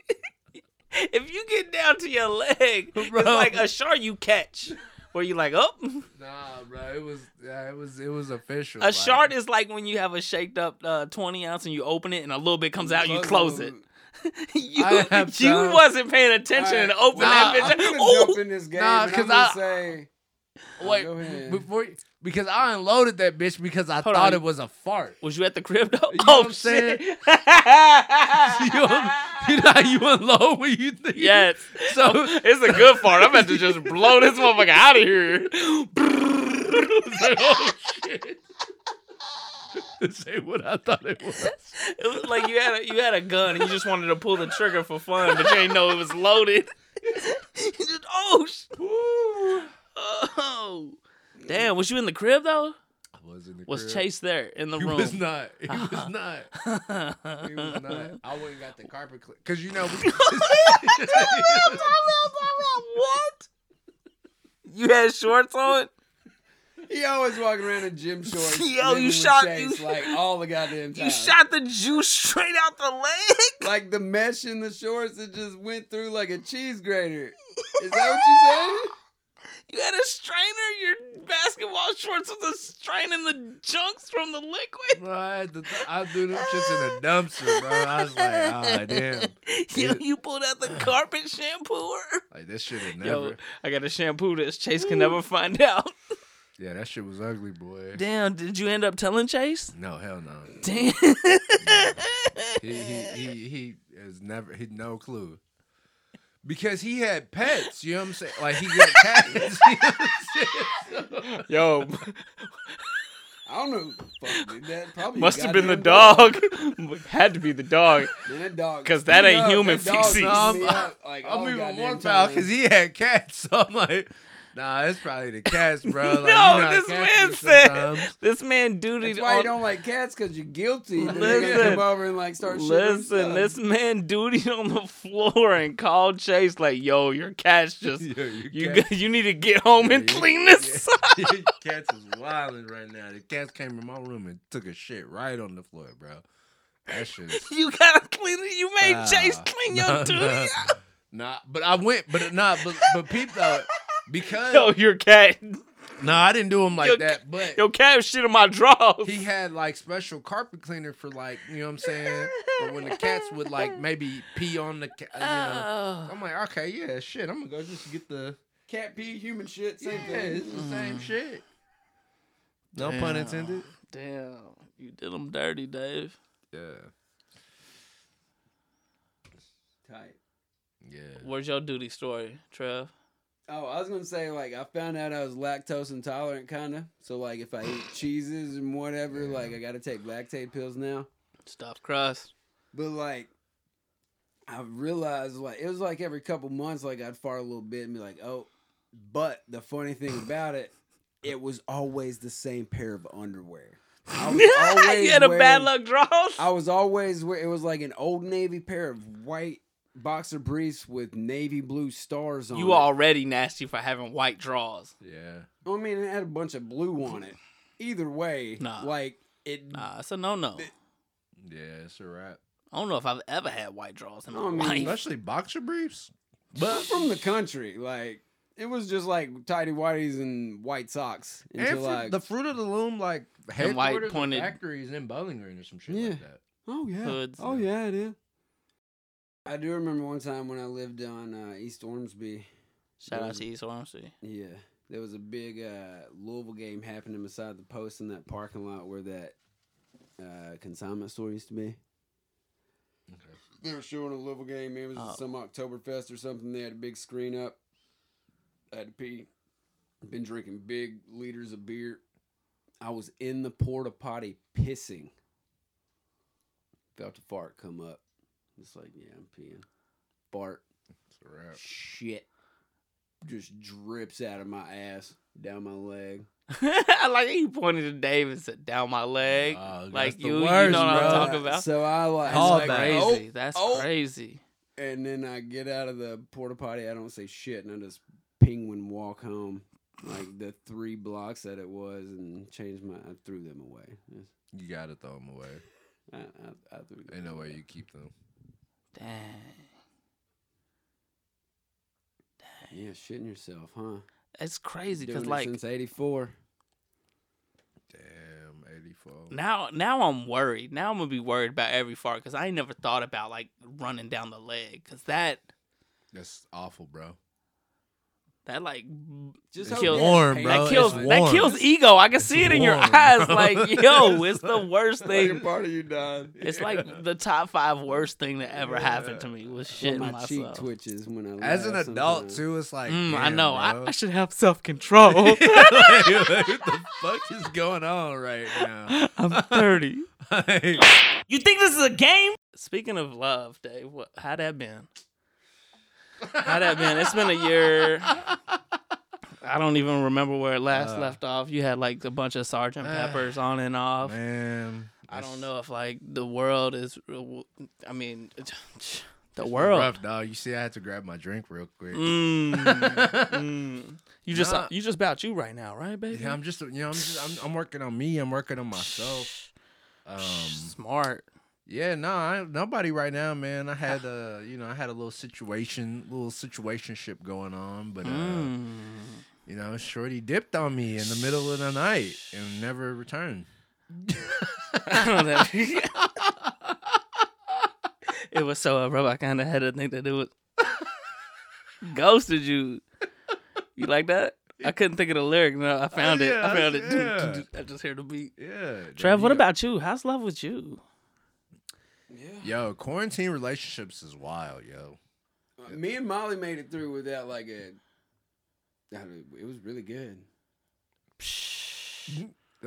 Speaker 2: if you get down to your leg, it's
Speaker 6: Bro.
Speaker 2: like a shark you catch. Where you like, oh,
Speaker 6: Nah, bro, it was yeah, it was it was official.
Speaker 2: a shard is like when you have a shaked up uh, twenty ounce and you open it and a little bit comes out, and you close it. you
Speaker 6: I have
Speaker 2: you
Speaker 6: time.
Speaker 2: wasn't paying attention
Speaker 3: Alright,
Speaker 2: and opened
Speaker 6: nah,
Speaker 2: that
Speaker 3: I'm
Speaker 2: bitch.
Speaker 3: gonna
Speaker 2: Ooh.
Speaker 3: jump in this game.
Speaker 6: Nah,
Speaker 3: and
Speaker 6: 'cause
Speaker 3: I'm gonna
Speaker 6: I-
Speaker 3: say,
Speaker 6: wait
Speaker 3: Go ahead.
Speaker 6: before you- because I unloaded that bitch because I
Speaker 2: Hold
Speaker 6: thought
Speaker 2: on.
Speaker 6: it was a fart.
Speaker 2: Was you at the crib though?
Speaker 6: You know
Speaker 2: oh
Speaker 6: what I'm
Speaker 2: shit!
Speaker 6: saying? You, un- you know how you unload when you think.
Speaker 2: yes.
Speaker 6: So-
Speaker 2: it's a good part. I'm about to just blow this motherfucker out of here.
Speaker 6: It's like, oh shit. this ain't what I thought it was.
Speaker 2: It was like you had a you had a gun and you just wanted to pull the trigger for fun, but you didn't know it was loaded. You just- oh, sh- oh, damn! Was you in the crib though?
Speaker 6: I was in the
Speaker 2: Was
Speaker 6: crib.
Speaker 2: Chase there in the
Speaker 6: He
Speaker 2: room? Uh-huh.
Speaker 6: was not. He was not. He was not. I wouldn't got the carpet clean because you know. We-
Speaker 2: what? You had shorts on?
Speaker 3: he always walking around in gym shorts.
Speaker 2: Yo,
Speaker 3: living
Speaker 2: you
Speaker 3: with
Speaker 2: shot-
Speaker 3: Chase,
Speaker 2: you-
Speaker 3: like all the goddamn time.
Speaker 2: You shot the juice straight out the leg?
Speaker 3: like the mesh in the shorts that just went through like a cheese grater. Is that
Speaker 2: You had a strainer? Your basketball shorts was a strain in the junks from the liquid?
Speaker 6: Bro, I, had to th- I threw them shits in a dumpster, bro. I was like, oh, damn.
Speaker 2: Yo, you pulled out the carpet shampooer?
Speaker 6: Like, that shit had never.
Speaker 2: Yo, I got a shampoo that Chase can never find out.
Speaker 6: Yeah, that shit was ugly, boy.
Speaker 2: Damn, did you end up telling Chase?
Speaker 6: No, hell no.
Speaker 2: Damn.
Speaker 6: He, he, he, he has never, he no clue. Because he had pets, you know what I'm saying? Like, he got cats. You know what I'm saying?
Speaker 2: Yo,
Speaker 3: what I'm saying? I don't know. Who the fuck did that. Probably
Speaker 2: must have been the
Speaker 3: goddamn dog.
Speaker 2: dog. Had to be the dog.
Speaker 3: Man, that dog.
Speaker 2: 'Cause that ain't
Speaker 3: Yo,
Speaker 2: human
Speaker 3: that dog
Speaker 2: feces.
Speaker 3: knocked me out, like, all
Speaker 2: Oh,
Speaker 6: I'm even
Speaker 3: goddamn
Speaker 6: more foul
Speaker 3: time.
Speaker 6: because he had cats. So I'm like, nah, it's probably the cats, bro. Like, you know
Speaker 2: no,
Speaker 6: how
Speaker 2: this
Speaker 6: cats
Speaker 2: man
Speaker 6: do
Speaker 2: said.
Speaker 6: sometimes.
Speaker 2: This man dutied
Speaker 3: That's why you
Speaker 2: on.
Speaker 3: don't like cats because you're guilty. Then they
Speaker 2: Listen.
Speaker 3: gonna come over and like start. shitting
Speaker 2: Listen,
Speaker 3: themselves.
Speaker 2: this man dutied on the floor and called Chase like, "Yo, your cat's just
Speaker 6: Yo, your
Speaker 2: you.
Speaker 6: cat-
Speaker 2: g- You need to get home
Speaker 6: Yeah,
Speaker 2: and
Speaker 6: you-
Speaker 2: clean this up."
Speaker 6: Your cats is wilding right now. The cats came in my room and took a shit right on the floor, bro. That shit. is
Speaker 2: You gotta clean it. You made
Speaker 6: foul.
Speaker 2: Chase clean your
Speaker 6: Nah,
Speaker 2: duty.
Speaker 6: nah. Nah, but I went, but nah, but, but peep though, because
Speaker 2: Yo, your cat.
Speaker 6: nah, I didn't do him like
Speaker 2: Yo,
Speaker 6: that. But
Speaker 2: Your cat was shit in my drawers.
Speaker 6: he had like special carpet cleaner for like you know what I'm saying. But when the cats would like maybe pee on the, ca- uh, you know,
Speaker 2: Oh.
Speaker 6: I'm like, okay, yeah, shit, I'm gonna go just get the
Speaker 3: cat pee, human shit,
Speaker 6: yeah,
Speaker 3: same
Speaker 6: it's
Speaker 3: thing.
Speaker 6: the same
Speaker 2: Mm.
Speaker 6: shit. No pun intended.
Speaker 2: Damn, you did him dirty, Dave.
Speaker 6: Yeah.
Speaker 3: Tight.
Speaker 4: Yeah.
Speaker 2: Where's your duty story, Trev?
Speaker 3: Oh, I was gonna say like I found out I was lactose intolerant, kind of. So like if I eat cheeses and whatever, like I gotta take lactate pills now.
Speaker 2: Stuffed crust.
Speaker 3: But like I realized like it was like every couple months, like I'd fart a little bit and be like, oh. But the funny thing about it, it was always the same pair of underwear. I was always
Speaker 2: you had a bad
Speaker 3: wearing-
Speaker 2: luck draws.
Speaker 3: I was always wear. It was like an old navy pair of white boxer briefs with navy blue stars on.
Speaker 2: You
Speaker 3: it.
Speaker 2: already nasty for having white draws.
Speaker 4: Yeah.
Speaker 3: I mean, it had a bunch of blue on it. Either way,
Speaker 2: Nah.
Speaker 3: like it.
Speaker 2: Nah, it's a no no.
Speaker 4: Yeah, it's a wrap.
Speaker 2: I don't know if I've ever had white draws in my
Speaker 3: I mean,
Speaker 2: life.
Speaker 6: Especially boxer briefs.
Speaker 3: I'm from the country, like it was just like tidy whities and white socks
Speaker 4: And
Speaker 3: until like,
Speaker 4: the fruit of the loom, like
Speaker 2: And white
Speaker 4: headquarters and
Speaker 2: pointed-
Speaker 4: factories in Bowling Green or some shit
Speaker 3: Yeah.
Speaker 4: like that.
Speaker 3: oh yeah,
Speaker 2: hoods.
Speaker 3: oh yeah, it is. I do remember one time when I lived on uh, East Ormsby.
Speaker 2: Shout out to East Ormsby.
Speaker 3: Yeah, there was a big uh, Louisville game happening beside the post in that parking lot where that uh, consignment store used to be. They were showing a Louisville game. It was
Speaker 2: Oh.
Speaker 3: some Oktoberfest or something. They had a big screen up. I had to pee. Been drinking big liters of beer. I was in the porta potty pissing. Felt a fart come up. It's like, yeah, I'm peeing. Fart
Speaker 4: It's a wrap.
Speaker 3: shit just drips out of my ass down my leg.
Speaker 2: I like how you pointed to Dave and said down my leg.
Speaker 4: Oh, that's
Speaker 2: like
Speaker 4: the
Speaker 2: you, you
Speaker 4: worst,
Speaker 2: know what
Speaker 4: bro.
Speaker 2: I'm talking about.
Speaker 3: Uh, So I like,
Speaker 2: That's
Speaker 3: like,
Speaker 2: crazy.
Speaker 3: "Oh,"
Speaker 2: That's
Speaker 3: oh.
Speaker 2: crazy.
Speaker 3: and then I get out of the porta potty. I don't say shit, and I just penguin walk home like the three blocks that it was, and changed my. I threw them away. Yes.
Speaker 4: You gotta throw them away.
Speaker 3: I, I, I threw them
Speaker 4: Ain't no
Speaker 3: away.
Speaker 4: way you keep them.
Speaker 2: Dang.
Speaker 3: Yeah, shitting yourself, huh?
Speaker 2: That's crazy
Speaker 3: Doing
Speaker 2: because
Speaker 3: it
Speaker 2: like
Speaker 3: since '84.
Speaker 4: Damn, eighty four.
Speaker 2: now now I'm worried. Now I'm gonna be worried about every fart because I ain't never thought about like running down the leg because that
Speaker 4: That's awful, bro.
Speaker 2: that like
Speaker 3: Just
Speaker 2: That
Speaker 3: hope
Speaker 2: kills-
Speaker 3: you have
Speaker 1: warm,
Speaker 3: pain.
Speaker 1: bro.
Speaker 2: that
Speaker 1: it's
Speaker 2: kills that
Speaker 1: warm.
Speaker 2: kills ego. I can see it in your
Speaker 1: warm,
Speaker 2: eyes.
Speaker 1: bro.
Speaker 2: Like yo, it's the worst
Speaker 3: Like a
Speaker 2: thing.
Speaker 3: part of you died.
Speaker 2: It's like the top five worst thing that ever happened to me was
Speaker 3: Well,
Speaker 2: shitting
Speaker 3: my cheek
Speaker 2: myself.
Speaker 3: twitches when I.
Speaker 6: As an
Speaker 3: laugh
Speaker 6: adult,
Speaker 3: sometimes.
Speaker 6: too, it's like.
Speaker 2: Mm, I
Speaker 6: damn,
Speaker 2: know. I,
Speaker 6: bro.
Speaker 2: I should have self control.
Speaker 6: what the fuck is going on right now?
Speaker 2: I'm 30.
Speaker 6: Like,
Speaker 2: You think this is a game? Speaking of love, Dave, what, how that been? How that been? It's been a year. I don't even remember where it last
Speaker 6: Uh,
Speaker 2: left off. You had like a bunch of Sergeant Peppers on and off.
Speaker 6: man.
Speaker 2: I
Speaker 6: that's-
Speaker 2: don't know if like the world is. uh, I mean, the
Speaker 6: that's
Speaker 2: world.
Speaker 6: Rough, dog. You see, I had to grab my drink real quick.
Speaker 2: Mm, mm. You just
Speaker 6: Nah.
Speaker 2: you just about you right now, right, baby?
Speaker 6: Yeah, I'm just, you know, I'm just, I'm, I'm working on me. I'm working on myself. Um,
Speaker 2: smart.
Speaker 6: yeah, no, I, nobody right now, man. I had a, you know, I had a little situation, little situationship going on, but uh,
Speaker 2: Mm.
Speaker 6: you know, Shorty dipped on me in the middle of the night and never returned.
Speaker 2: it was so abrupt. I kind of had to think that it was ghosted you. You like that? I couldn't think of the lyric. No, I found it. I
Speaker 6: yeah,
Speaker 2: found it.
Speaker 6: yeah.
Speaker 2: I just heard the beat.
Speaker 6: Yeah,
Speaker 2: Trev,
Speaker 6: dude,
Speaker 2: what
Speaker 6: you-
Speaker 2: about you? How's love with you?
Speaker 6: Yo, quarantine relationships is wild, yo.
Speaker 3: Uh, Me and Molly made it through without like a. I mean, It was really good.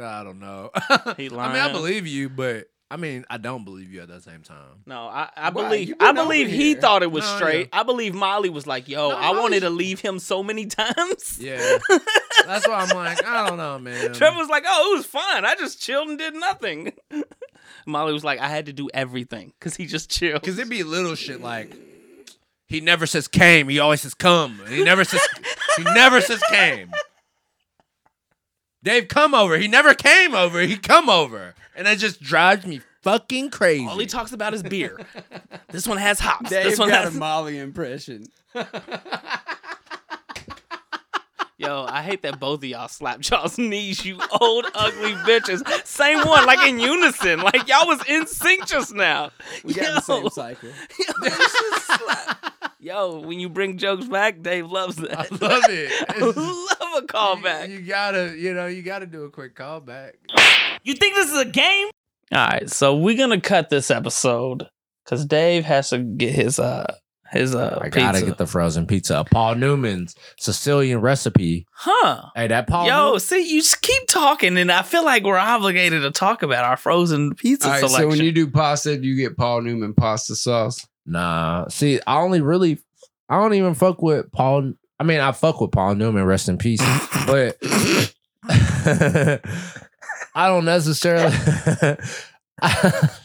Speaker 6: I don't know.
Speaker 2: He
Speaker 6: I mean, I
Speaker 2: lying.
Speaker 6: believe you, but I mean, I don't believe you at the same time.
Speaker 2: No, I, I
Speaker 3: Why?
Speaker 2: believe
Speaker 3: You been
Speaker 2: I believe
Speaker 3: over
Speaker 2: he
Speaker 3: here.
Speaker 2: thought it was
Speaker 6: No, Oh, yeah.
Speaker 2: straight. I believe Molly was like, "Yo,
Speaker 6: No,
Speaker 2: I wanted
Speaker 6: Molly's-
Speaker 2: to leave him so many times."
Speaker 6: Yeah, that's why I'm like, I don't know, man.
Speaker 2: Trevor was like, "Oh, it was fun. I just chilled and did nothing." Molly was like, "I had to do everything because he just chilled."
Speaker 6: Cause it'd be little shit like he never says came, he always says come. He never says he never says came. Dave come over. He never came over. He come over, and it just drives me fucking crazy.
Speaker 2: All he talks about is beer. this one has hops.
Speaker 3: Dave
Speaker 2: this one
Speaker 3: got
Speaker 2: has
Speaker 3: a Molly impression.
Speaker 2: Yo, I hate that both of y'all slap y'all's knees, you old ugly bitches. Same one, like in unison. Like y'all was in sync just now.
Speaker 3: We got
Speaker 2: Yo.
Speaker 3: the same cycle.
Speaker 2: Yo, when you bring jokes back, Dave loves that.
Speaker 6: I love it.
Speaker 2: I
Speaker 6: It's just-
Speaker 2: love a callback.
Speaker 6: You, you gotta, you know, you gotta do a quick callback.
Speaker 2: You think this is a game? All right, so we're gonna cut this episode because Dave has to get his uh his uh
Speaker 6: I gotta
Speaker 2: pizza.
Speaker 6: get the frozen pizza. Paul Newman's Sicilian recipe.
Speaker 2: huh?
Speaker 6: Hey, that Paul.
Speaker 2: Yo,
Speaker 6: Newman-
Speaker 2: see, you just keep talking, and I feel like we're obligated to talk about our frozen pizza
Speaker 3: All right,
Speaker 2: selection.
Speaker 3: so when you do pasta, do you get Paul Newman pasta sauce?
Speaker 6: Nah, see, I only really, I don't even fuck with Paul. I mean, I fuck with Paul Newman, rest in peace. but I don't necessarily.
Speaker 2: I have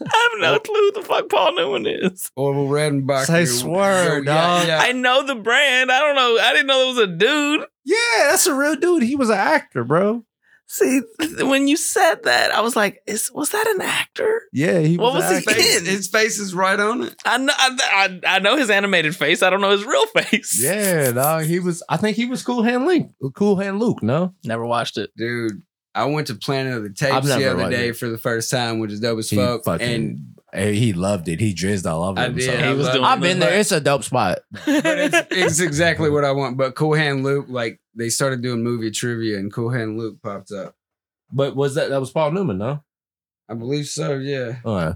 Speaker 6: Oh.
Speaker 2: no clue who the fuck Paul Newman is.
Speaker 3: Orville Redenbacher.
Speaker 6: Say swear, dog.
Speaker 3: Yeah,
Speaker 2: I know the brand. I don't know. I didn't know there was a dude.
Speaker 6: yeah, that's a real dude. He was an actor, bro.
Speaker 2: See, th- when you said that, I was like, is, was that an actor?
Speaker 6: Yeah, he
Speaker 2: What
Speaker 6: was.
Speaker 2: was
Speaker 6: an
Speaker 2: he
Speaker 6: actor.
Speaker 3: Face-
Speaker 2: in?
Speaker 3: his face is right on it.
Speaker 2: I know, I, I, I know his animated face. I don't know his real face.
Speaker 6: Yeah, dog. He was. I think he was Cool Hand Link. Cool Hand Luke. No,
Speaker 2: Never watched it.
Speaker 3: Dude, I went to Planet of the
Speaker 6: I've
Speaker 3: Tapes
Speaker 6: never
Speaker 3: the other
Speaker 6: liked
Speaker 3: day
Speaker 6: it.
Speaker 3: for the first time, which is dope as
Speaker 6: he
Speaker 3: fuck.
Speaker 6: fucking.
Speaker 3: and
Speaker 6: eh, he loved it. He drizzed all over
Speaker 3: I
Speaker 6: himself.
Speaker 3: did. I
Speaker 2: He was
Speaker 3: love-
Speaker 2: doing
Speaker 6: I've been
Speaker 2: the-
Speaker 6: there. It's a dope spot.
Speaker 3: but it's, it's exactly what I want. But Cool Hand Luke, like they started doing movie trivia, and Cool Hand Luke popped up.
Speaker 6: But was that that was Paul Newman? No.
Speaker 3: I believe so. Yeah.
Speaker 6: Uh,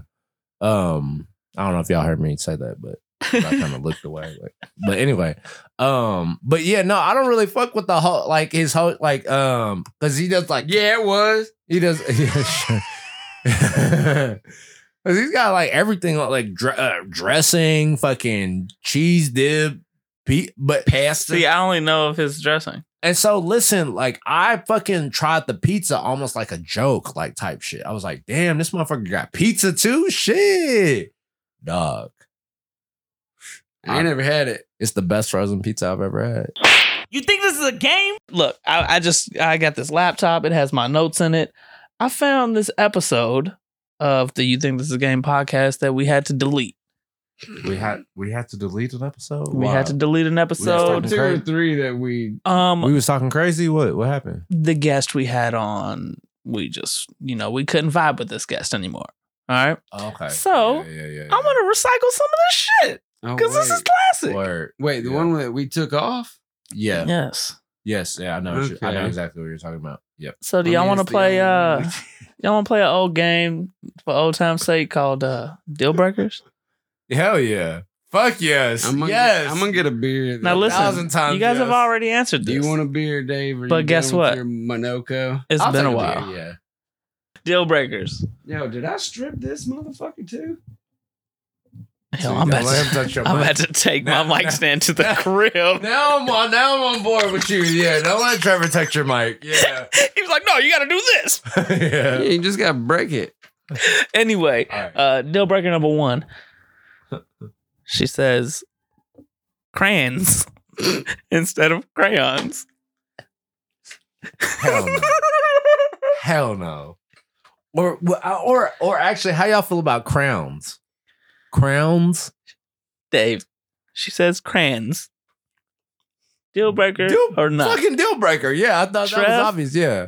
Speaker 6: um, I don't know if y'all heard me say that, but I kind of looked away. like- but anyway, um, but yeah, no, I don't really fuck with the whole like his whole like um because he does like
Speaker 3: Yeah, it was.
Speaker 6: he does yeah sure. 'Cause he's got like everything like dr- uh, dressing, fucking cheese dip, pe- but pasta.
Speaker 2: See, I only know of his dressing.
Speaker 6: And so listen, like I fucking tried the pizza almost like a joke, like type shit. I was like, damn, this motherfucker got pizza too? Shit. Dog.
Speaker 3: I ain't never had it.
Speaker 6: It's the best frozen pizza I've ever had.
Speaker 2: You think this is a game? Look, I, I just I got this laptop. It has my notes in it. I found this episode of the You Think This Is a Game podcast that we had to delete.
Speaker 4: We had we had to delete an episode.
Speaker 2: We had to delete an
Speaker 3: So
Speaker 4: started-
Speaker 2: episode.
Speaker 3: Oh, two or three that we
Speaker 2: Um,
Speaker 4: We was talking crazy. What what happened?
Speaker 2: the guest we had on, we just you know we couldn't vibe with this guest anymore. All right,
Speaker 6: Okay.
Speaker 2: So,
Speaker 6: yeah, yeah, yeah,
Speaker 2: Oh, I'm gonna recycle some of this shit
Speaker 3: oh,
Speaker 2: because this
Speaker 3: wait.
Speaker 2: is classic.
Speaker 6: Word.
Speaker 3: wait the
Speaker 6: Yeah.
Speaker 3: one that we took off.
Speaker 6: Yeah.
Speaker 2: Yes.
Speaker 6: Yes. Yeah. I know. what you- I know
Speaker 3: Okay.
Speaker 6: exactly what you're talking about. Yep.
Speaker 2: So do
Speaker 3: I
Speaker 2: y'all
Speaker 3: mean,
Speaker 2: want to
Speaker 3: it's the
Speaker 2: play?
Speaker 3: only
Speaker 2: Uh,
Speaker 3: one
Speaker 2: y'all want to play an old game for old time's sake called uh, Deal Breakers?
Speaker 6: Hell yeah. Fuck yes.
Speaker 3: I'm gonna,
Speaker 6: yes.
Speaker 3: I'm gonna get a beer.
Speaker 2: Now listen,
Speaker 6: thousand times
Speaker 2: you guys have
Speaker 6: yes.
Speaker 2: already answered
Speaker 3: Do
Speaker 2: this.
Speaker 3: you want a beer, Dave? Or
Speaker 2: But
Speaker 3: you
Speaker 2: guess
Speaker 3: done with
Speaker 2: what?
Speaker 3: Your Monoco.
Speaker 2: It's
Speaker 6: I'll
Speaker 2: been
Speaker 6: take
Speaker 2: a
Speaker 6: beer,
Speaker 2: while.
Speaker 6: Yeah.
Speaker 2: Deal breakers.
Speaker 3: Yo, did I strip this motherfucker too?
Speaker 2: Hell,
Speaker 4: See,
Speaker 2: I'm,
Speaker 4: don't
Speaker 2: about
Speaker 4: let him
Speaker 2: to,
Speaker 4: touch your
Speaker 2: I'm
Speaker 4: mic.
Speaker 2: about to take
Speaker 6: Nah,
Speaker 2: my mic
Speaker 6: nah.
Speaker 2: stand to the crib.
Speaker 6: Now I'm on. Now I'm on board with you. Yeah. Don't let Trevor touch your mic. Yeah.
Speaker 2: he was like, "No, you got to do this."
Speaker 3: Yeah,
Speaker 6: yeah.
Speaker 3: you just gotta break it.
Speaker 2: anyway,
Speaker 6: All right.
Speaker 2: uh, deal breaker number one. She says crayons instead of crayons.
Speaker 6: Hell no. Hell no. Or or or actually, how y'all feel about crowns? Crowns.
Speaker 2: Dave, she says crayons. Deal breaker
Speaker 6: Deal-
Speaker 2: or not?
Speaker 6: Fucking deal breaker. Yeah, I thought that
Speaker 2: Trev?
Speaker 6: was obvious. Yeah.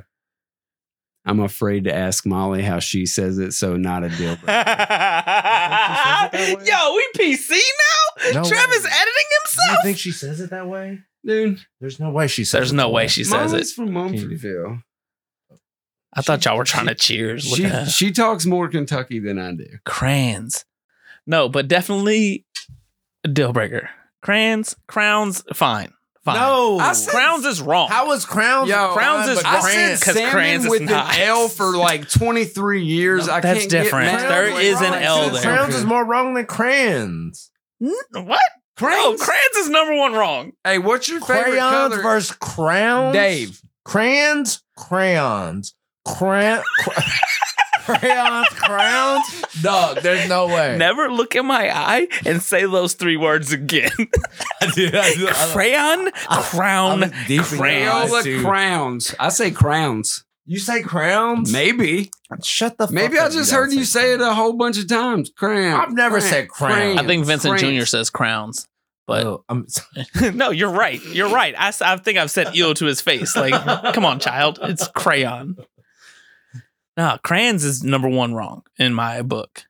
Speaker 3: I'm afraid to ask Molly how she says it, so not a deal. breaker.
Speaker 2: Yo, we PC now.
Speaker 6: No
Speaker 2: Trevor's
Speaker 6: way.
Speaker 2: editing himself.
Speaker 6: think she says it that way?
Speaker 3: Dude,
Speaker 6: There's no way she says.
Speaker 2: There's
Speaker 6: it
Speaker 2: no
Speaker 6: that
Speaker 2: way she says it.
Speaker 3: Molly's from Mumfordville.
Speaker 2: I thought y'all were trying to cheers. Look
Speaker 3: She,
Speaker 2: at her.
Speaker 3: she talks more Kentucky than I do.
Speaker 2: crayons. No, but definitely a deal breaker. Crayons, crowns, fine, fine.
Speaker 6: No.
Speaker 3: I said-
Speaker 2: crowns is
Speaker 4: Oh.
Speaker 2: wrong.
Speaker 6: How is crowns?
Speaker 3: Yo,
Speaker 2: Crowns is
Speaker 3: I
Speaker 2: wrong.
Speaker 3: said
Speaker 2: Crayons, 'cause
Speaker 3: salmon
Speaker 2: crayons is
Speaker 3: with
Speaker 2: not.
Speaker 3: an L for like 23 years.
Speaker 2: No,
Speaker 3: I
Speaker 2: that's
Speaker 3: can't
Speaker 2: different.
Speaker 3: Get mad.
Speaker 2: There
Speaker 3: Like,
Speaker 2: is an
Speaker 3: right,
Speaker 2: L
Speaker 3: dude,
Speaker 2: there.
Speaker 6: Crowns is more wrong than crayons.
Speaker 2: N- what? Crayons? crayons is number one wrong.
Speaker 3: Hey, what's your favorite
Speaker 6: Crayons
Speaker 3: color?
Speaker 6: versus crowns.
Speaker 3: Dave.
Speaker 6: Crayons, crayons, crayon, crayons, crowns. Dog, there's no way.
Speaker 2: Never look in my eye and say those three words again. Crayon, crown,
Speaker 6: I'm deep in your eyes,
Speaker 2: crayons.
Speaker 3: Crayola
Speaker 6: dude.
Speaker 3: crowns. I say crowns.
Speaker 6: You say crowns?
Speaker 3: Maybe.
Speaker 6: Shut the.
Speaker 3: Maybe
Speaker 6: fuck
Speaker 3: I
Speaker 6: up.
Speaker 3: just
Speaker 6: don't
Speaker 3: heard you say it uh, a whole bunch of times. Crown.
Speaker 6: I've never
Speaker 3: Crown.
Speaker 6: said crown.
Speaker 2: I think Vincent
Speaker 3: Crayons.
Speaker 2: Jr. says crowns. But
Speaker 6: Oh, I'm-
Speaker 2: no, you're right. You're right. I, s- I think I've said ill to his face. Like, come on, child. It's crayon. Nah, crayons is number one wrong in my book.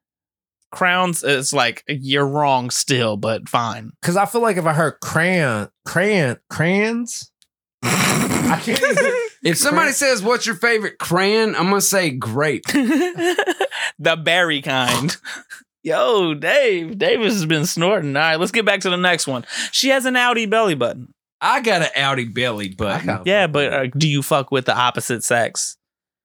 Speaker 2: Crowns is like you're wrong still, but fine.
Speaker 6: Cause I feel like if I heard crayon, crayon, crayons, I can't. Even,
Speaker 3: If somebody says, "What's your favorite crayon?" I'm gonna say grape.
Speaker 2: the berry kind. Yo, Dave. Davis has been snorting. All right, let's get back to the next one. She has an Audi belly button.
Speaker 7: I got an outie belly
Speaker 6: I
Speaker 7: button.
Speaker 6: got-
Speaker 2: Yeah, but uh, do you fuck with the opposite sex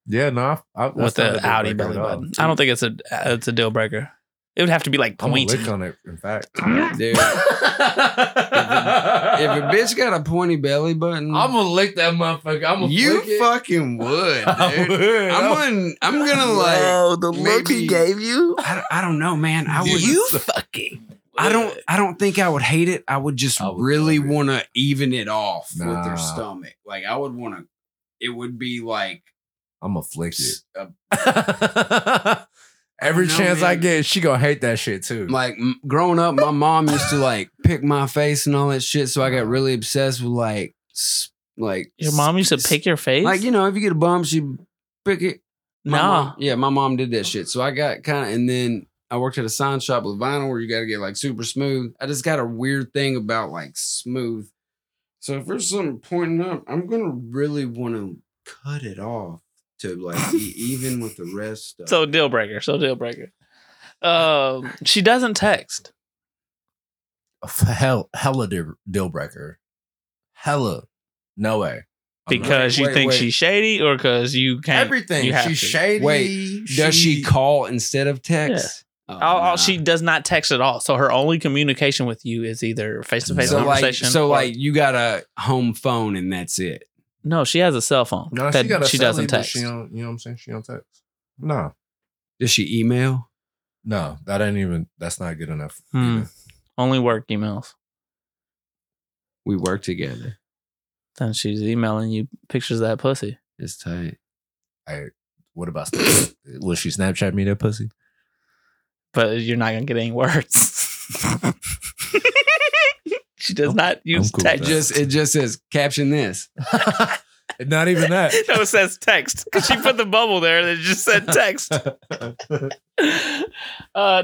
Speaker 6: Yeah, no, I, I,
Speaker 2: with the Audi belly button? I don't think it's a uh, it's a deal breaker. It would have to be like
Speaker 6: I'm gonna
Speaker 2: pointy.
Speaker 6: lick on it. In fact,
Speaker 3: Dude,
Speaker 7: if
Speaker 3: if a bitch got a pointy belly button,
Speaker 7: I'm gonna lick that motherfucker. I'm gonna
Speaker 3: you
Speaker 7: flick it.
Speaker 3: fucking would, dude. I'm gonna, I'm gonna like. oh,
Speaker 2: Whoa, the
Speaker 3: maybe-
Speaker 2: you.
Speaker 8: I, don't- I don't know, man. I would.
Speaker 3: You
Speaker 2: fucking.
Speaker 8: I don't. I don't think I would hate it. I would just
Speaker 6: I would
Speaker 8: really
Speaker 3: really
Speaker 6: love it.
Speaker 3: want to even it off
Speaker 6: Nah.
Speaker 3: with their stomach. Like I would want to. It would be like
Speaker 6: I'm gonna flick
Speaker 3: s- uh, a,
Speaker 6: it. Every
Speaker 3: No,
Speaker 6: chance I
Speaker 3: man.
Speaker 6: get, she gonna hate that shit too.
Speaker 3: like m- growing up. My mom used to like pick my face and all that shit, so I got really obsessed with like s- like
Speaker 2: Your mom used to
Speaker 3: s-
Speaker 2: pick your face.
Speaker 3: Like you know, if you get a bump, she pick it. My
Speaker 2: nah.
Speaker 3: mom- yeah, my mom did that shit. So I got kind of, and then I worked at a sign shop with vinyl where you got to get like super smooth. I just got a weird thing about like smooth. So if there's something pointing up, I'm gonna really want to cut it off to like be even with the rest. Of
Speaker 2: So deal breaker. So deal breaker. Um, she doesn't text.
Speaker 6: hell, hella deal, deal breaker. Hella, no way. I'm not-
Speaker 2: Because you
Speaker 3: Wait,
Speaker 2: think
Speaker 3: wait.
Speaker 2: she's shady, or because you can't.
Speaker 6: everything
Speaker 2: you have
Speaker 6: she's
Speaker 2: to.
Speaker 6: shady.
Speaker 3: Wait, does she call instead of text? Oh,
Speaker 2: All, all-
Speaker 3: nah.
Speaker 2: she does not text at all. So her only communication with you is either face to face
Speaker 3: so like
Speaker 2: conversation.
Speaker 3: so
Speaker 2: or-
Speaker 3: like you got a home phone and that's it.
Speaker 2: no, she has a cell phone
Speaker 6: No,
Speaker 2: that
Speaker 6: she got a
Speaker 2: she
Speaker 6: celly,
Speaker 2: doesn't
Speaker 6: but
Speaker 2: text.
Speaker 6: She don't, you know what I'm saying? She don't text. No,
Speaker 3: Does she email?
Speaker 6: no, that ain't even. That's not good enough.
Speaker 2: Hmm.
Speaker 6: either.
Speaker 2: only work emails.
Speaker 3: We work together.
Speaker 2: Then she's emailing you pictures of that pussy.
Speaker 3: It's tight.
Speaker 6: What about Snapchat? will she Snapchat me that pussy?
Speaker 2: but you're not gonna get any words. she does not use
Speaker 6: cool with
Speaker 3: It
Speaker 2: text.
Speaker 6: that.
Speaker 3: just it just says caption this.
Speaker 6: not even that.
Speaker 2: no, it says text because she put the bubble there that just said text. uh,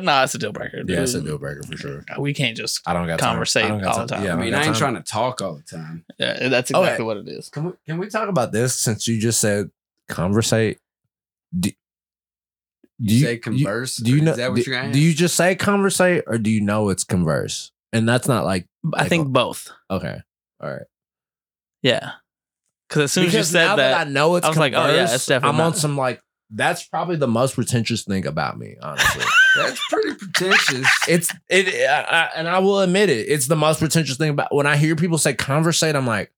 Speaker 2: nah, it's a deal breaker. dude.
Speaker 6: Yeah, it's a deal breaker for sure.
Speaker 2: We can't just. uh,
Speaker 6: I don't got time.
Speaker 2: Mm. Conversate
Speaker 6: I don't got
Speaker 2: all the time.
Speaker 6: Yeah,
Speaker 3: I mean,
Speaker 6: don't
Speaker 3: I
Speaker 6: got
Speaker 3: ain't
Speaker 6: time.
Speaker 3: trying to talk all the time.
Speaker 2: Yeah, that's
Speaker 6: Okay.
Speaker 2: exactly what it is.
Speaker 6: Can we can we talk about this since you just said conversate? Do, do
Speaker 3: You, say converse.
Speaker 6: do you know?
Speaker 3: Is that what
Speaker 6: do,
Speaker 3: you're gonna
Speaker 6: do you just say conversate or do you know it's converse? And that's not like
Speaker 2: I think both.
Speaker 6: okay, all right.
Speaker 2: Yeah, because as soon as
Speaker 6: Because
Speaker 2: you said
Speaker 6: now
Speaker 2: that,
Speaker 6: I know it's
Speaker 2: I was like, oh, yeah,
Speaker 6: converse,
Speaker 2: it's definitely
Speaker 6: I'm on
Speaker 2: not.
Speaker 6: some like that's probably the most pretentious thing about me, honestly.
Speaker 3: That's pretty pretentious.
Speaker 6: it's it, I, I, and I will admit it. It's the most pretentious thing about when I hear people say conversate. I'm like,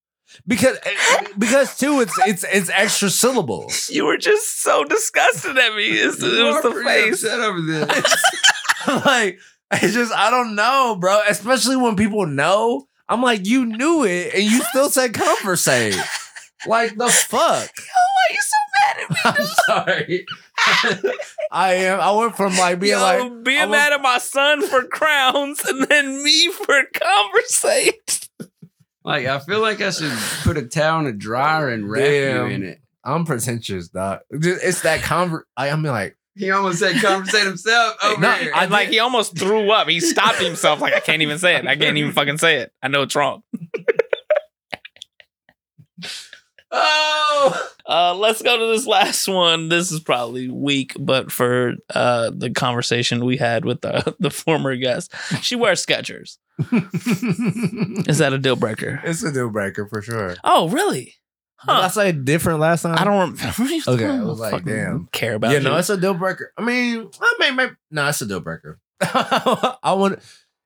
Speaker 6: because eh, because too, it's it's it's extra syllables.
Speaker 2: you were just so disgusted at me. It's, it
Speaker 3: You
Speaker 2: was
Speaker 3: are
Speaker 2: the
Speaker 3: pretty
Speaker 2: face.
Speaker 3: upset over this.
Speaker 6: I'm like it's just I don't know, bro. Especially when people know. I'm like, you knew it, and you still said conversate. like the fuck.
Speaker 2: Why are you so mad at me?
Speaker 6: I'm sorry. I am. I went from like being
Speaker 2: Yo,
Speaker 6: like
Speaker 2: being
Speaker 6: I was-
Speaker 2: mad at my son for crowns and then me for conversate.
Speaker 3: Like I feel like I should put a towel in a dryer and wrap
Speaker 6: Damn.
Speaker 3: you in it.
Speaker 6: I'm pretentious, doc. Just- It's that conver. I, I'm like,
Speaker 3: He almost said conversate himself over
Speaker 6: No,
Speaker 3: here.
Speaker 6: I
Speaker 2: And like he almost threw up. He stopped himself. Like I can't even say it. I can't even fucking say it. I know it's wrong.
Speaker 3: oh
Speaker 2: Uh, let's go to this last one. This is probably weak, but for uh, the conversation we had with the, the former guest, she wears Skechers.
Speaker 6: it's
Speaker 2: Is that a deal breaker?
Speaker 6: a deal breaker for sure.
Speaker 2: Oh, really?
Speaker 6: Did I
Speaker 2: Huh.
Speaker 6: say different last time?
Speaker 2: I don't remember.
Speaker 6: Um, Okay, I was like, damn.
Speaker 2: Care about
Speaker 6: yeah,
Speaker 2: you.
Speaker 6: no, it's a deal breaker. I mean, I mean, maybe, no, it's a deal breaker. I want.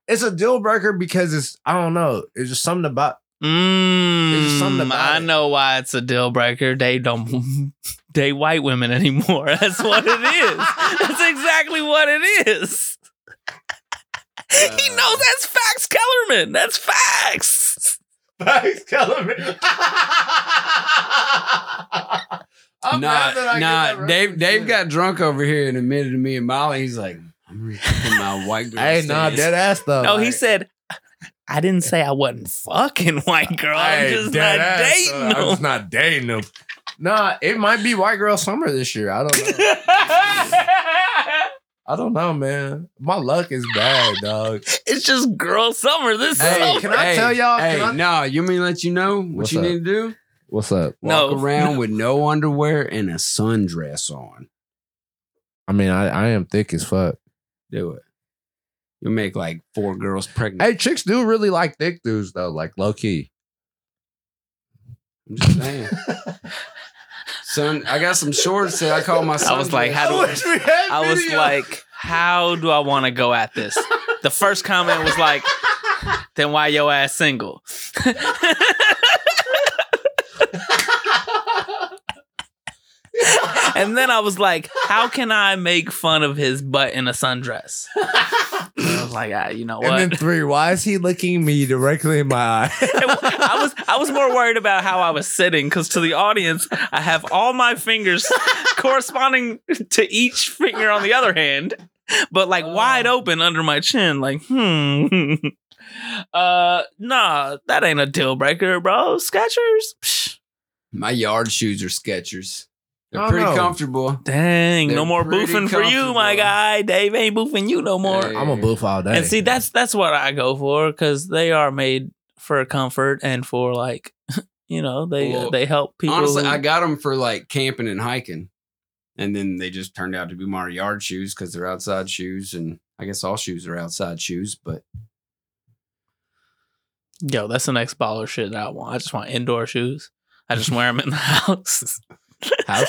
Speaker 6: It's a deal breaker because it's. I don't know. It's just something about. There's just something
Speaker 2: Mm,
Speaker 6: about
Speaker 2: I
Speaker 6: it.
Speaker 2: know why it's a deal breaker. They don't date white women anymore. That's what it is. That's exactly what it is. he
Speaker 6: Uh.
Speaker 2: knows that's facts, Kellerman. That's facts.
Speaker 6: Thanks, Kellerman. I'm
Speaker 3: nah,
Speaker 6: glad that I get that
Speaker 3: nah. Dave
Speaker 6: reference.
Speaker 3: Dave got drunk over here and admitted to me and Molly. He's like, I'm reaching for my white girl.
Speaker 6: Hey, nah,
Speaker 3: status."
Speaker 6: dead ass though.
Speaker 2: no, he
Speaker 6: like-
Speaker 2: said, I didn't say I wasn't fucking white girl. I'm
Speaker 6: Hey,
Speaker 2: just not
Speaker 6: dead ass,
Speaker 2: dating
Speaker 6: uh, I'm
Speaker 2: them.
Speaker 6: just not dating them. Nah, it might be white girl summer this year. I don't know. I don't know, man. My luck is bad, dog.
Speaker 2: it's just girl summer. This
Speaker 3: Hey,
Speaker 2: summer.
Speaker 6: can I tell y'all-
Speaker 3: Hey,
Speaker 6: can I-
Speaker 3: nah, you mean let you know what
Speaker 6: What's
Speaker 3: you
Speaker 6: up?
Speaker 3: need to do?
Speaker 6: What's up?
Speaker 2: No.
Speaker 3: Walk around with no underwear and a sundress on.
Speaker 6: I mean, I, I am thick as fuck.
Speaker 3: Do it. You'll make like four girls pregnant.
Speaker 9: Hey, chicks do really like thick dudes though, like low key.
Speaker 3: I'm just saying. Son, I got some shorts that I call my son.
Speaker 2: I was like, how do
Speaker 4: we had
Speaker 2: I was like, how do I want to go at this? The first comment was like, then why your ass single? and then I was like, how can I make fun of his butt in a sundress? And I was like, ah, you know what?
Speaker 4: And then three, why is he looking me directly in my eye?
Speaker 2: I was I was more worried about how I was sitting because to the audience I have all my fingers corresponding to each finger on the other hand, but like
Speaker 3: Oh.
Speaker 2: wide open under my chin. Like hmm, uh, nah, that ain't a deal breaker, bro. Skechers, Psh,
Speaker 3: My yard shoes are Skechers. They're
Speaker 9: Oh,
Speaker 3: pretty
Speaker 9: no.
Speaker 3: comfortable.
Speaker 2: dang,
Speaker 3: They're
Speaker 2: no more
Speaker 3: pretty
Speaker 2: boofing for you, my
Speaker 3: comfortable.
Speaker 2: guy. Dave ain't boofing you no more.
Speaker 3: Hey.
Speaker 6: I'm a boof all day.
Speaker 2: And see, that's that's what I go for because they are made for comfort and for like, you know, they uh,
Speaker 3: Well,
Speaker 2: they help people.
Speaker 3: Honestly,
Speaker 2: who-
Speaker 3: I got them for like camping and hiking, and then they just turned out to be my yard shoes because they're outside shoes, and I guess all shoes are outside shoes. But
Speaker 2: Yo, that's the next baller shit that I want. I just want indoor shoes. I just wear them in the house.
Speaker 6: house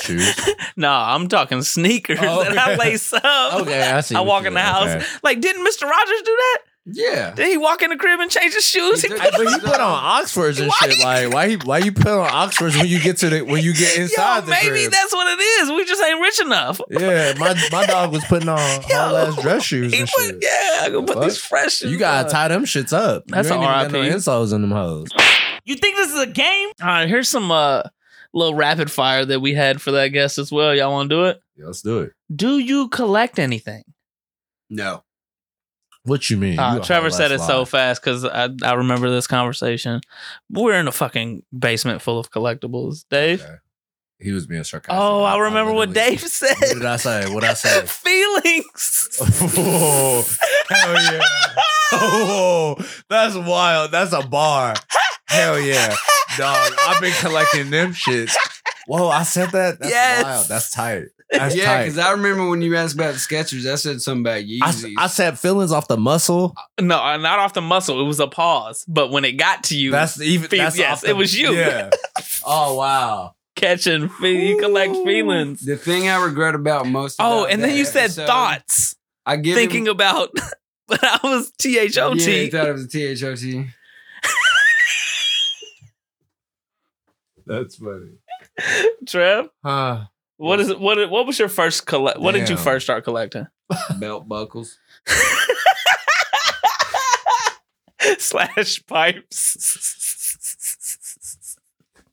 Speaker 6: shoes.
Speaker 2: no, I'm talking sneakers
Speaker 6: Oh,
Speaker 2: that I
Speaker 6: okay.
Speaker 2: lace up.
Speaker 6: Okay, I see.
Speaker 2: Oh, I
Speaker 6: what
Speaker 2: walk
Speaker 6: you
Speaker 2: in the
Speaker 6: mean.
Speaker 2: house.
Speaker 6: Okay.
Speaker 2: Like, didn't Mr. Rogers do that?
Speaker 3: yeah,
Speaker 2: Did he walk in the crib and change his shoes?
Speaker 3: He
Speaker 2: He
Speaker 3: did.
Speaker 2: put-
Speaker 4: Hey, but he put on Oxfords and shit. Like, why he why you put on Oxfords when you get to the when you get inside
Speaker 2: Yo,
Speaker 4: the
Speaker 2: maybe
Speaker 4: crib?
Speaker 2: that's what it is. We just ain't rich enough.
Speaker 4: yeah, my my dog was putting on
Speaker 2: Yo.
Speaker 4: all ass dress shoes
Speaker 2: He
Speaker 4: and
Speaker 2: put,
Speaker 4: shit.
Speaker 2: yeah, I gonna put
Speaker 4: Fuck.
Speaker 2: these fresh.
Speaker 6: You
Speaker 2: shoes
Speaker 6: gotta
Speaker 2: on.
Speaker 6: tie them shits up.
Speaker 2: That's
Speaker 6: you
Speaker 2: a
Speaker 6: ain't even got no
Speaker 2: RIP.
Speaker 6: insoles in them hoes.
Speaker 2: You think this is a game? All right, here's some uh little rapid fire that we had for that guest as well. Y'all want to do it?
Speaker 9: Yeah, let's do it.
Speaker 2: Do you collect anything?
Speaker 3: no,
Speaker 6: What you mean?
Speaker 2: Uh,
Speaker 6: You a
Speaker 2: Trevor
Speaker 6: whole
Speaker 2: said it
Speaker 6: ass
Speaker 2: so
Speaker 6: liar.
Speaker 2: fast because I, I remember this conversation. We're in a fucking basement full of collectibles, Dave.
Speaker 6: Okay. He was being sarcastic.
Speaker 2: Oh, I remember what
Speaker 6: literally-
Speaker 2: Dave
Speaker 6: What did
Speaker 2: said.
Speaker 6: I say? What I say?
Speaker 2: Feelings.
Speaker 4: Oh, hell yeah! Oh, that's wild. That's a bar. Hell yeah, dog. I've been collecting them shits.
Speaker 6: Whoa, I said that. That's
Speaker 2: Yes.
Speaker 6: wild. That's tight.
Speaker 4: That's
Speaker 3: yeah,
Speaker 4: tight.
Speaker 3: because I remember when you asked about the Skechers, I said something about
Speaker 6: I,
Speaker 3: Yeezys.
Speaker 6: I said feelings off the muscle.
Speaker 2: No, uh, not off the muscle. It was a pause. But when it got to you,
Speaker 4: That's even.
Speaker 2: Fe-
Speaker 4: That's
Speaker 2: yes,
Speaker 4: off the-
Speaker 2: it was you.
Speaker 4: Yeah.
Speaker 3: oh wow,
Speaker 2: catching, fe- you collect feelings.
Speaker 3: the thing I regret about most.
Speaker 2: Oh,
Speaker 3: about
Speaker 2: and then
Speaker 3: that
Speaker 2: you said
Speaker 3: episode,
Speaker 2: thoughts,
Speaker 3: I give
Speaker 2: thinking
Speaker 3: him,
Speaker 2: about. But I was T H O
Speaker 3: Yeah, he
Speaker 2: T.
Speaker 3: thought it was a thot.
Speaker 9: That's funny.
Speaker 2: Trev,
Speaker 9: Huh.
Speaker 2: what is what? What was your first collect? What did you
Speaker 6: Damn.
Speaker 2: first start collecting?
Speaker 3: Belt buckles.
Speaker 2: slash pipes.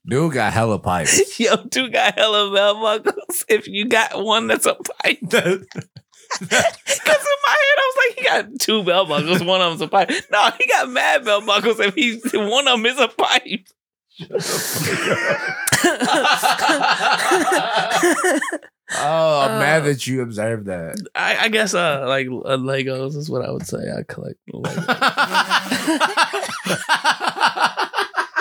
Speaker 6: Dude got hella pipes.
Speaker 2: Yo, two got hella bell buckles. If you got one that's a pipe. Because in my head, I was like, he got two bell buckles. One of them's a pipe. No, he got mad bell buckles. If he one of them is a pipe.
Speaker 6: Oh, I'm
Speaker 2: Uh,
Speaker 6: mad that you observed that.
Speaker 2: I, I guess uh, like uh, Legos is what I would say. I collect. Legos.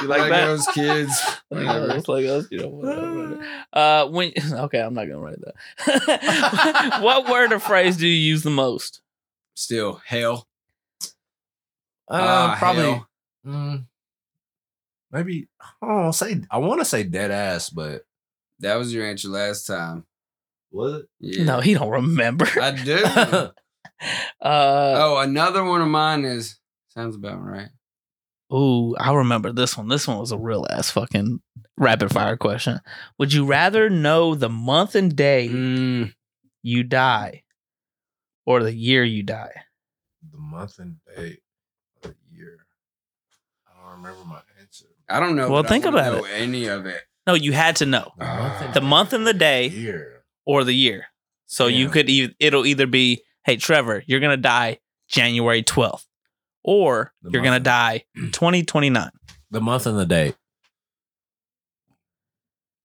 Speaker 3: You
Speaker 2: like that?
Speaker 3: those kids? Whatever.
Speaker 2: Legos, Legos, "Oh, you know, whatever, whatever. Uh, when okay, I'm not gonna write that. what word or phrase do you use the most?
Speaker 3: Still hell. Ah,
Speaker 6: Uh, probably.
Speaker 3: hell.
Speaker 6: mm, maybe I don't wanna say. I want to say dead ass, but
Speaker 3: That was your answer last time.
Speaker 9: Was it?
Speaker 3: Yeah.
Speaker 2: No, he don't remember.
Speaker 3: I do.
Speaker 2: Uh,
Speaker 3: oh, another one of mine is sounds about right.
Speaker 2: Uh, ooh, I remember this one. This one was a real ass fucking rapid fire question. Would you rather know the month and day
Speaker 3: Mm,
Speaker 2: you die, or the year you die?
Speaker 9: The month and date of the year. I don't remember my answer.
Speaker 3: I don't know.
Speaker 2: Well,
Speaker 3: that I
Speaker 2: think
Speaker 3: wanna
Speaker 2: about
Speaker 3: know Any of it?
Speaker 2: No, you had to know
Speaker 9: The month and
Speaker 2: the month and the day.
Speaker 9: year.
Speaker 2: or the year. So you
Speaker 9: Yeah.
Speaker 2: could e- it'll either be, hey Trevor, you're gonna die January 12th, or
Speaker 6: The
Speaker 2: you're gonna
Speaker 6: month.
Speaker 2: die 2029.
Speaker 6: the month and the date.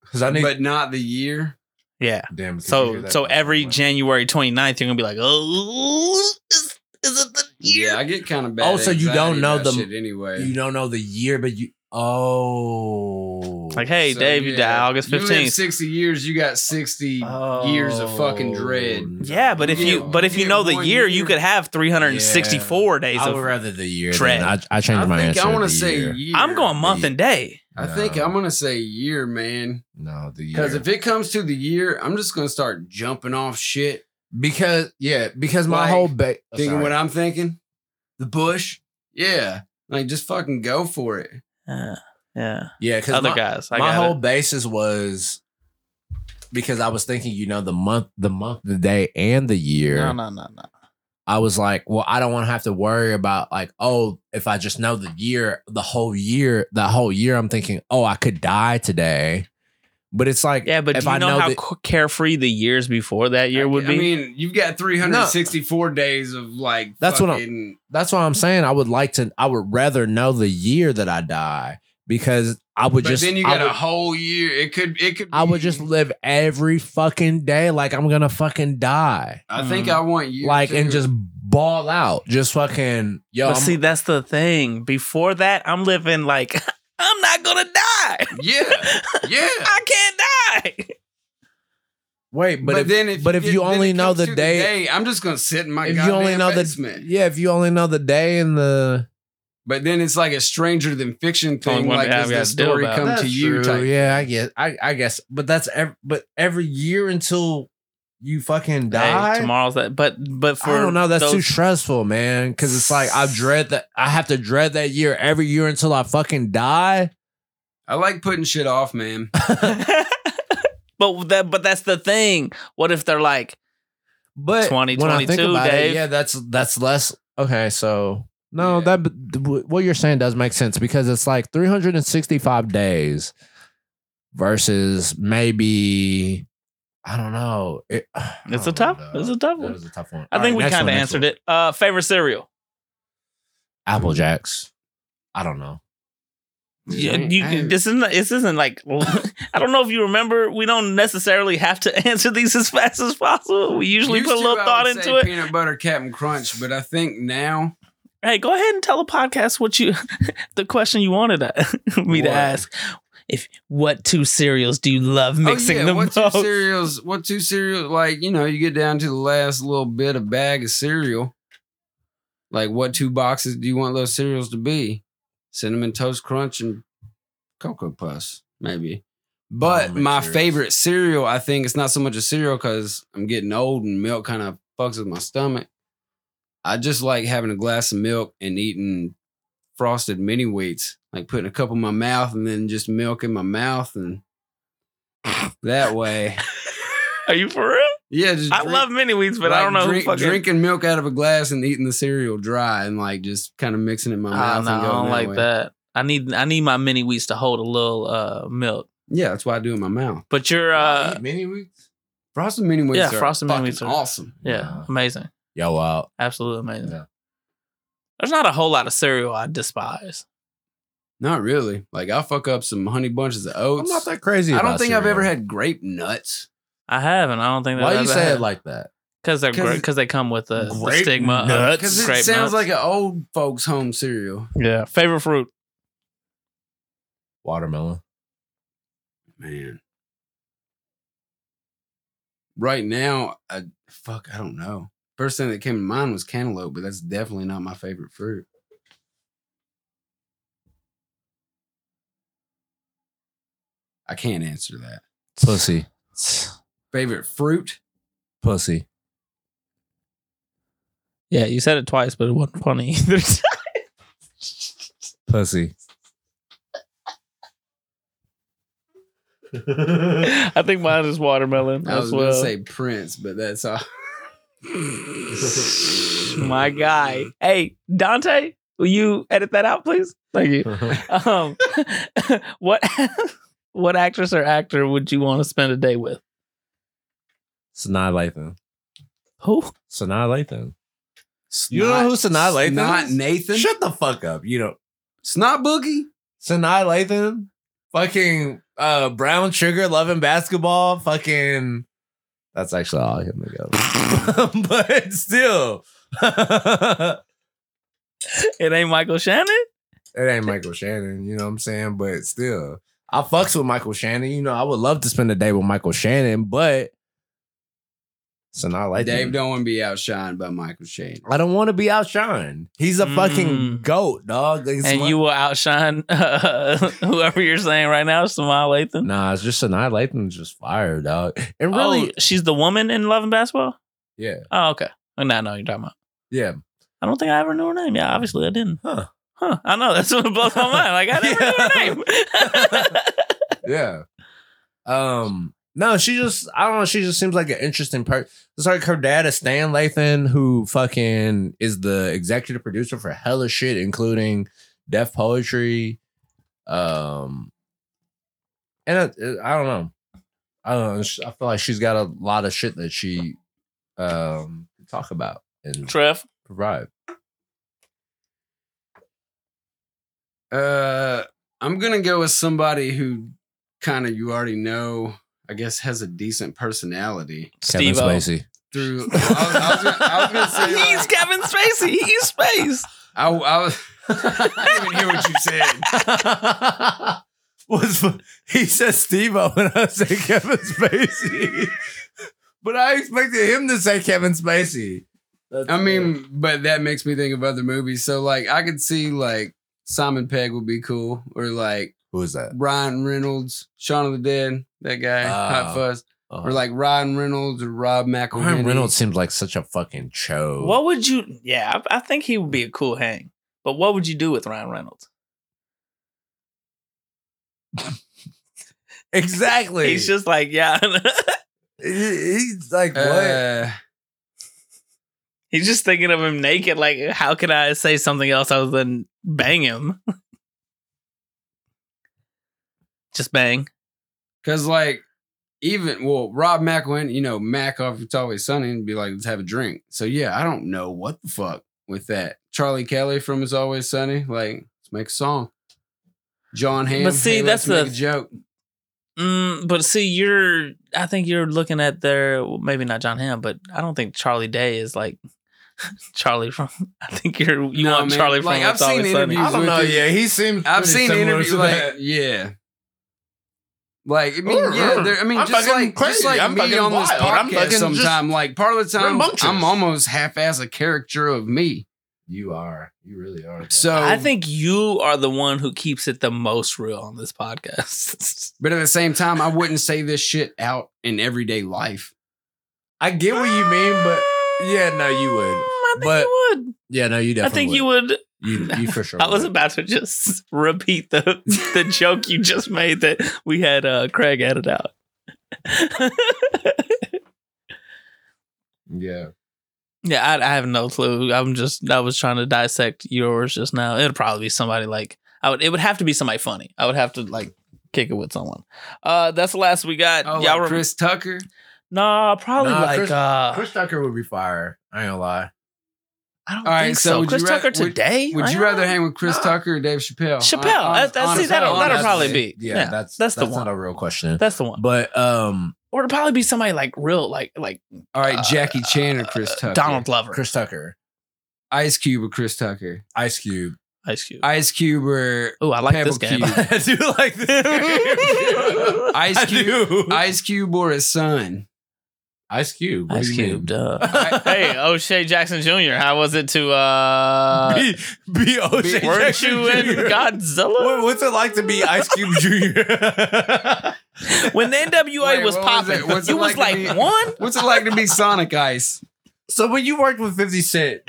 Speaker 6: Because I need.
Speaker 3: but not the year.
Speaker 2: Yeah.
Speaker 9: Damn. did you hear
Speaker 2: So
Speaker 9: that?
Speaker 2: so every
Speaker 9: Like,
Speaker 2: January 29th, you're gonna be like, oh, is, is it the year?
Speaker 3: Yeah, I get kind of bad.
Speaker 6: Oh, so you don't
Speaker 3: anxiety
Speaker 6: know
Speaker 3: about
Speaker 6: the-
Speaker 3: shit anyway.
Speaker 6: you don't know the year, but you.
Speaker 4: Oh.
Speaker 2: Like, hey,
Speaker 3: So,
Speaker 2: Dave, you
Speaker 3: yeah.
Speaker 2: die August
Speaker 3: You live
Speaker 2: fifteenth.
Speaker 3: sixty years, you got sixty years of fucking
Speaker 4: Oh,
Speaker 3: dread.
Speaker 2: Yeah, but if
Speaker 3: Yeah,
Speaker 2: you but if you
Speaker 3: yeah,
Speaker 2: know the
Speaker 3: one
Speaker 2: year, you
Speaker 3: year.
Speaker 2: could have 364 days
Speaker 4: I would
Speaker 2: of.
Speaker 4: rather the year.
Speaker 2: Dread.
Speaker 4: Than I, I changed
Speaker 3: I
Speaker 4: my
Speaker 3: think
Speaker 4: answer.
Speaker 3: I
Speaker 4: to
Speaker 3: want to
Speaker 4: the
Speaker 3: say
Speaker 4: year.
Speaker 3: year.
Speaker 2: I'm going month and day.
Speaker 3: I think
Speaker 4: No.
Speaker 3: I'm gonna say year, man.
Speaker 4: No, the year.
Speaker 3: Because if it comes to the year, I'm just gonna start jumping off shit,
Speaker 4: because yeah, because my
Speaker 3: Like,
Speaker 4: whole ba-
Speaker 3: thinking
Speaker 4: Oh, Sorry.
Speaker 3: what I'm thinking. The bush, yeah, like just fucking go for it.
Speaker 2: Yeah, Uh, yeah.
Speaker 4: yeah, because
Speaker 2: Other
Speaker 4: my,
Speaker 2: guys, I
Speaker 4: my
Speaker 2: got
Speaker 4: whole
Speaker 2: it.
Speaker 4: basis was because I was thinking, you know, the month, the month, the day, and the year.
Speaker 2: No, no, no, no.
Speaker 4: I was like, well, I don't want to have to worry about like, oh, if I just know the year, the whole year, the whole year, I'm thinking, oh, I could die today. But it's like,
Speaker 2: Yeah, but
Speaker 4: if
Speaker 2: do you
Speaker 4: I
Speaker 2: know, how
Speaker 4: that-
Speaker 2: c- carefree the years before that year would
Speaker 3: I,
Speaker 2: be?
Speaker 3: I mean, you've got 364 days of like.
Speaker 4: That's what I'm-
Speaker 3: fucking-
Speaker 4: that's what I'm saying. I would like to, I would rather know the year that I die because I would
Speaker 3: But
Speaker 4: just,
Speaker 3: then you
Speaker 4: I
Speaker 3: got
Speaker 4: would-
Speaker 3: a whole year. It could. It could.
Speaker 4: I would
Speaker 3: be-
Speaker 4: just live every fucking day like I'm gonna fucking die.
Speaker 3: I think I want you
Speaker 4: like and
Speaker 3: too.
Speaker 4: just ball out. Just fucking yo.
Speaker 2: but
Speaker 4: I'm-
Speaker 2: see, that's the thing. Before that, I'm living like I'm not gonna die.
Speaker 3: yeah, yeah.
Speaker 2: I can't die.
Speaker 4: wait, but,
Speaker 3: But,
Speaker 4: if,
Speaker 3: then, if
Speaker 4: but if
Speaker 3: it-
Speaker 4: you
Speaker 3: then
Speaker 4: only
Speaker 3: it
Speaker 4: know
Speaker 3: comes
Speaker 4: the
Speaker 3: to
Speaker 4: day-
Speaker 3: I'm just gonna sit in my
Speaker 4: if you only know
Speaker 3: basement.
Speaker 4: the yeah, if you only know the day and the
Speaker 3: But then it's like a stranger than fiction
Speaker 2: only
Speaker 3: thing.
Speaker 2: one
Speaker 3: Like,
Speaker 2: thing
Speaker 3: does
Speaker 2: I've
Speaker 3: this
Speaker 2: gotta do
Speaker 3: story
Speaker 2: about it.
Speaker 3: come to you?
Speaker 4: True,
Speaker 3: Type.
Speaker 4: yeah, I guess. I, I guess, but that's every, but every year until you fucking die.
Speaker 2: Hey, tomorrow's that. But but for
Speaker 4: I don't know. That's too
Speaker 2: those-
Speaker 4: stressful, man. Because it's like I dread that. I have to dread that year every year until I fucking die.
Speaker 3: I like putting shit off, man.
Speaker 2: but that but that's the thing. What if they're like,
Speaker 4: But
Speaker 2: 2022, Dave.
Speaker 4: yeah, that's that's less. Okay, so no,
Speaker 3: Yeah.
Speaker 4: that what you're saying does make sense because it's like 365 days versus maybe I don't know. It- I
Speaker 2: It's a
Speaker 4: don't
Speaker 2: tough-
Speaker 4: know.
Speaker 2: it's a tough one.
Speaker 4: That was a tough one.
Speaker 2: I
Speaker 4: All
Speaker 2: think
Speaker 4: right,
Speaker 2: we
Speaker 4: next
Speaker 2: kind
Speaker 4: one,
Speaker 2: of
Speaker 4: next
Speaker 2: answered
Speaker 4: one.
Speaker 2: it. Uh, favorite cereal.
Speaker 4: Apple Jacks. I don't know.
Speaker 2: Yeah, you can, this isn't this isn't like I don't know if you remember. We don't necessarily have to answer these as fast as possible. We usually
Speaker 3: Used
Speaker 2: put a
Speaker 3: to,
Speaker 2: little
Speaker 3: I would
Speaker 2: thought
Speaker 3: say
Speaker 2: into it.
Speaker 3: Peanut butter, Captain Crunch, but I think now
Speaker 2: Hey, go ahead and tell the podcast what you the question you wanted uh, me to
Speaker 3: What?
Speaker 2: ask. If what two cereals do you love mixing
Speaker 3: oh, yeah,
Speaker 2: the
Speaker 3: what
Speaker 2: most?
Speaker 3: two cereals? What two cereals? Like you know, you get down to the last little bit of bag of cereal. Like what two boxes do you want those cereals to be? Cinnamon Toast Crunch and Cocoa Puffs, maybe. But
Speaker 4: mixed
Speaker 3: my
Speaker 4: cereals.
Speaker 3: favorite cereal, I think it's not so much a cereal because I'm getting old and milk kind of fucks with my stomach. I just like having a glass of milk and eating frosted mini wheats, like putting a cup in my mouth and then just milk in my mouth and that way.
Speaker 2: Are you for real?
Speaker 3: Yeah, just
Speaker 2: I
Speaker 3: drink-
Speaker 2: love mini wheats, but I
Speaker 3: like
Speaker 2: don't know
Speaker 3: drink-
Speaker 2: who fucking.
Speaker 3: drinking milk out of a glass and eating the cereal dry and like just kind of mixing it in my
Speaker 2: I, don't
Speaker 3: mouth.
Speaker 2: know,
Speaker 3: and
Speaker 2: Ah, I
Speaker 3: going
Speaker 2: don't
Speaker 3: that
Speaker 2: like
Speaker 3: way.
Speaker 2: that. I need I need my mini wheats to hold a little uh milk.
Speaker 3: Yeah, that's why I do it in my mouth.
Speaker 2: But you're uh
Speaker 4: mini weeks.
Speaker 3: Frosted mini wheats.
Speaker 2: Yeah,
Speaker 3: are
Speaker 2: Frosted Mini
Speaker 3: fucking
Speaker 2: Wheats are-
Speaker 3: awesome.
Speaker 2: yeah amazing,
Speaker 4: Yo,
Speaker 3: uh,
Speaker 4: out.
Speaker 2: absolutely amazing.
Speaker 4: Yeah.
Speaker 2: There's not a whole lot of cereal I despise.
Speaker 3: Not really. Like I'll fuck up some honey bunches of oats.
Speaker 4: I'm not that crazy.
Speaker 3: I don't
Speaker 4: about
Speaker 3: think I've ever
Speaker 4: cereal.
Speaker 3: had grape nuts.
Speaker 2: I haven't. I don't think.
Speaker 4: Why you say it like that?
Speaker 2: Because they're
Speaker 3: 'Cause-
Speaker 2: great. Because they come with the, the
Speaker 4: Grape
Speaker 2: stigma. of
Speaker 4: nuts?
Speaker 3: Because it
Speaker 2: grape
Speaker 3: sounds
Speaker 2: nuts.
Speaker 3: like an old folks home cereal.
Speaker 2: yeah. Favorite fruit.
Speaker 4: Watermelon.
Speaker 3: Man. Right now, I fuck, I don't know. First thing that came to mind was cantaloupe, but that's definitely not my favorite fruit. I can't answer that.
Speaker 4: Pussy.
Speaker 3: Favorite fruit?
Speaker 4: Pussy.
Speaker 2: Yeah, you said it twice, but it wasn't funny either.
Speaker 4: Pussy.
Speaker 2: I think mine is watermelon
Speaker 3: I was
Speaker 2: as well.
Speaker 3: gonna say Prince, but that's all.
Speaker 2: My guy. Hey, Dante, will you edit that out, please? Thank you. Um, what what actress or actor would you want to spend a day with?
Speaker 4: Sanaa Lathan.
Speaker 2: Who?
Speaker 4: Sanaa Lathan.
Speaker 3: Snot-
Speaker 4: You don't know who Sanaa Lathan
Speaker 3: Snot
Speaker 4: is?
Speaker 3: Nathan?
Speaker 4: Shut the fuck up. You don't.
Speaker 3: Snot Boogie?
Speaker 4: Sanaa Lathan? Fucking uh, brown sugar loving basketball. Fucking. That's actually all I can think of. but still.
Speaker 2: It ain't Michael Shannon.
Speaker 6: It ain't Michael Shannon, you know what I'm saying? But still, I fucks with Michael Shannon. You know, I would love to spend a day with Michael Shannon, but so not like
Speaker 3: Dave
Speaker 6: that.
Speaker 3: don't want to be outshined by Michael Shane.
Speaker 6: I don't want to be outshined. He's a fucking
Speaker 2: Mm.
Speaker 6: goat, dog. Like, it's
Speaker 2: and
Speaker 6: my-
Speaker 2: you will outshine uh, whoever you're saying right now, Samara Latham.
Speaker 6: Nah, it's just Sanaa Latham's just fire, dog. And really,
Speaker 2: Oh, she's the woman in Love and Basketball?
Speaker 6: Yeah.
Speaker 2: Oh, okay. Well, now I know what you're talking about.
Speaker 6: yeah.
Speaker 2: I don't think I ever knew her name. Yeah, obviously I didn't.
Speaker 6: Huh.
Speaker 2: Huh. I know. That's what blows my mind. Like, I never knew her name.
Speaker 6: yeah. Um, no, she just I don't know, she just seems like an interesting person. It's like her dad is Stan Lathan, who fucking is the executive producer for hella shit, including Deaf Poetry. Um and I, I don't know. I don't know. She- I feel like she's got a lot of shit that she um talk about and
Speaker 2: Trev.
Speaker 6: provide.
Speaker 3: Uh, I'm gonna go with somebody who kind of you already know. I guess has a decent personality.
Speaker 2: Steve O.
Speaker 6: Spacey.
Speaker 3: Through, I was, I was gonna, I was gonna say like-
Speaker 2: He's Kevin Spacey. He's space.
Speaker 3: I, I was. I didn't even hear what you said.
Speaker 6: was fu- he said Steve O and I said Kevin Spacey. but I expected him to say Kevin Spacey.
Speaker 3: I mean, but that makes me think of other movies. So like, I could see like Simon Pegg would be cool, or like
Speaker 6: who is that?
Speaker 3: Ryan Reynolds, Shaun of the Dead, that guy,
Speaker 6: Ah.
Speaker 2: Oh,
Speaker 3: Hot Fuzz,
Speaker 6: Uh,
Speaker 2: uh-huh.
Speaker 3: or like Ryan Reynolds or Rob McElhenney.
Speaker 6: Ryan Reynolds seems like such a fucking chode.
Speaker 2: What would you? Yeah, I, I think he would be a cool hang. But what would you do with Ryan Reynolds?
Speaker 6: Exactly.
Speaker 2: He's just like, yeah.
Speaker 6: He- he's like what?
Speaker 3: Uh,
Speaker 2: He's just thinking of him naked. Like, how can I say something else other than bang him? just bang.
Speaker 3: Cause like even well, Rob Mack went, you know, Mack off It's Always Sunny and be like, let's have a drink. So yeah, I don't know what the fuck with that. Charlie Kelly from It's Always Sunny, like, let's make a song. John Hamm,
Speaker 2: But see,
Speaker 3: hey, let's
Speaker 2: that's
Speaker 3: make
Speaker 2: the-
Speaker 3: a joke.
Speaker 2: Mm, but see, you're. I think you're looking at their. well, Maybe not John Hamm, but I don't think Charlie Day is like Charlie from. I think you're. You
Speaker 3: No,
Speaker 2: want
Speaker 3: man.
Speaker 2: Charlie from.
Speaker 3: Like,
Speaker 2: It's
Speaker 3: I've
Speaker 2: Always
Speaker 3: seen
Speaker 2: Sunny.
Speaker 3: interviews
Speaker 6: I don't
Speaker 3: with
Speaker 6: know.
Speaker 3: him.
Speaker 6: Yeah, he seems.
Speaker 3: I've
Speaker 6: pretty
Speaker 3: seen
Speaker 6: similar
Speaker 3: interviews
Speaker 6: to
Speaker 3: like
Speaker 6: that.
Speaker 3: yeah. Like I mean,
Speaker 6: Mm,
Speaker 3: yeah,
Speaker 6: mm.
Speaker 3: they're- I mean,
Speaker 6: I'm
Speaker 3: just
Speaker 6: fucking
Speaker 3: like just
Speaker 6: crazy.
Speaker 3: like
Speaker 6: I'm
Speaker 3: me
Speaker 6: fucking
Speaker 3: on this
Speaker 6: wild. I'm
Speaker 3: podcast.
Speaker 6: fucking just
Speaker 3: Sometime, like part of the time,
Speaker 6: rambunctious.
Speaker 3: I'm almost half-ass a character of me.
Speaker 6: You are. You really are.
Speaker 3: So
Speaker 2: I think you are the one who keeps it the most real on this podcast.
Speaker 3: But at the same time, I wouldn't say this shit out in everyday life.
Speaker 6: I get what you mean, but yeah, no, you
Speaker 2: Mm,
Speaker 6: would.
Speaker 2: I think
Speaker 6: But
Speaker 2: you would.
Speaker 6: Yeah, no, you
Speaker 2: I
Speaker 6: definitely.
Speaker 2: think you would.
Speaker 6: You, you for sure.
Speaker 2: I was
Speaker 6: would.
Speaker 2: about to just repeat the the joke you just made that we had uh, Craig edit out.
Speaker 6: Yeah.
Speaker 2: yeah, I, I have no clue. I'm just I was trying to dissect yours just now. It'd probably be somebody like I would. It would have to be somebody funny. I would have to like kick it with someone. Uh, that's the last we got.
Speaker 3: Oh,
Speaker 2: Y'all
Speaker 3: like
Speaker 2: rem-
Speaker 3: Chris Tucker.
Speaker 2: Nah, probably
Speaker 6: Nah,
Speaker 2: like
Speaker 6: Chris-
Speaker 2: uh,
Speaker 6: Chris Tucker would be fire. I ain't gonna lie.
Speaker 2: I don't
Speaker 3: All right,
Speaker 2: think
Speaker 3: so
Speaker 2: so.
Speaker 3: would
Speaker 2: Chris
Speaker 3: you ra-
Speaker 2: Tucker
Speaker 3: would-
Speaker 2: today?
Speaker 3: Would you
Speaker 2: I-
Speaker 3: rather hang with Chris Tucker or Dave Chappelle?
Speaker 2: Chappelle.
Speaker 3: Hon-
Speaker 2: That- that's- see,
Speaker 3: honestly,
Speaker 2: that'll- that'll
Speaker 3: honestly.
Speaker 2: probably be-
Speaker 6: Yeah,
Speaker 2: yeah,
Speaker 6: that's
Speaker 2: that's
Speaker 6: that's,
Speaker 2: the one.
Speaker 6: not a real question.
Speaker 2: That's the one.
Speaker 6: But um,
Speaker 2: Or it'd probably be somebody like real, like like
Speaker 3: All right, Jackie Chan or Chris Tucker.
Speaker 2: Uh, Donald Glover,
Speaker 6: Chris Tucker,
Speaker 3: Ice Cube or Chris Tucker.
Speaker 6: Ice Cube.
Speaker 2: Ice Cube.
Speaker 3: Ice Cube or
Speaker 2: Oh, I like
Speaker 3: Pebble
Speaker 2: this game.
Speaker 3: Cube.
Speaker 6: I do like this.
Speaker 3: Ice
Speaker 6: I
Speaker 3: Cube.
Speaker 6: do.
Speaker 3: Ice Cube or his son.
Speaker 6: Ice Cube. what
Speaker 2: Ice
Speaker 6: do you
Speaker 2: Cube,
Speaker 6: mean?
Speaker 2: duh. hey, O'Shea Jackson Jr. How was it to uh
Speaker 6: be, be O'Shea
Speaker 2: weren't
Speaker 6: Jackson
Speaker 2: you in
Speaker 6: Jr..
Speaker 2: Godzilla?
Speaker 6: What- what's it like to be Ice Cube Jr.?
Speaker 2: When the NWA
Speaker 3: Wait,
Speaker 2: was
Speaker 3: what was
Speaker 2: popping,
Speaker 3: it? What's
Speaker 2: you
Speaker 3: it
Speaker 2: was
Speaker 3: like
Speaker 2: like,
Speaker 3: to be-
Speaker 2: one?
Speaker 3: What's it like to be Sonic Ice?
Speaker 6: so when you worked with 50 Cent,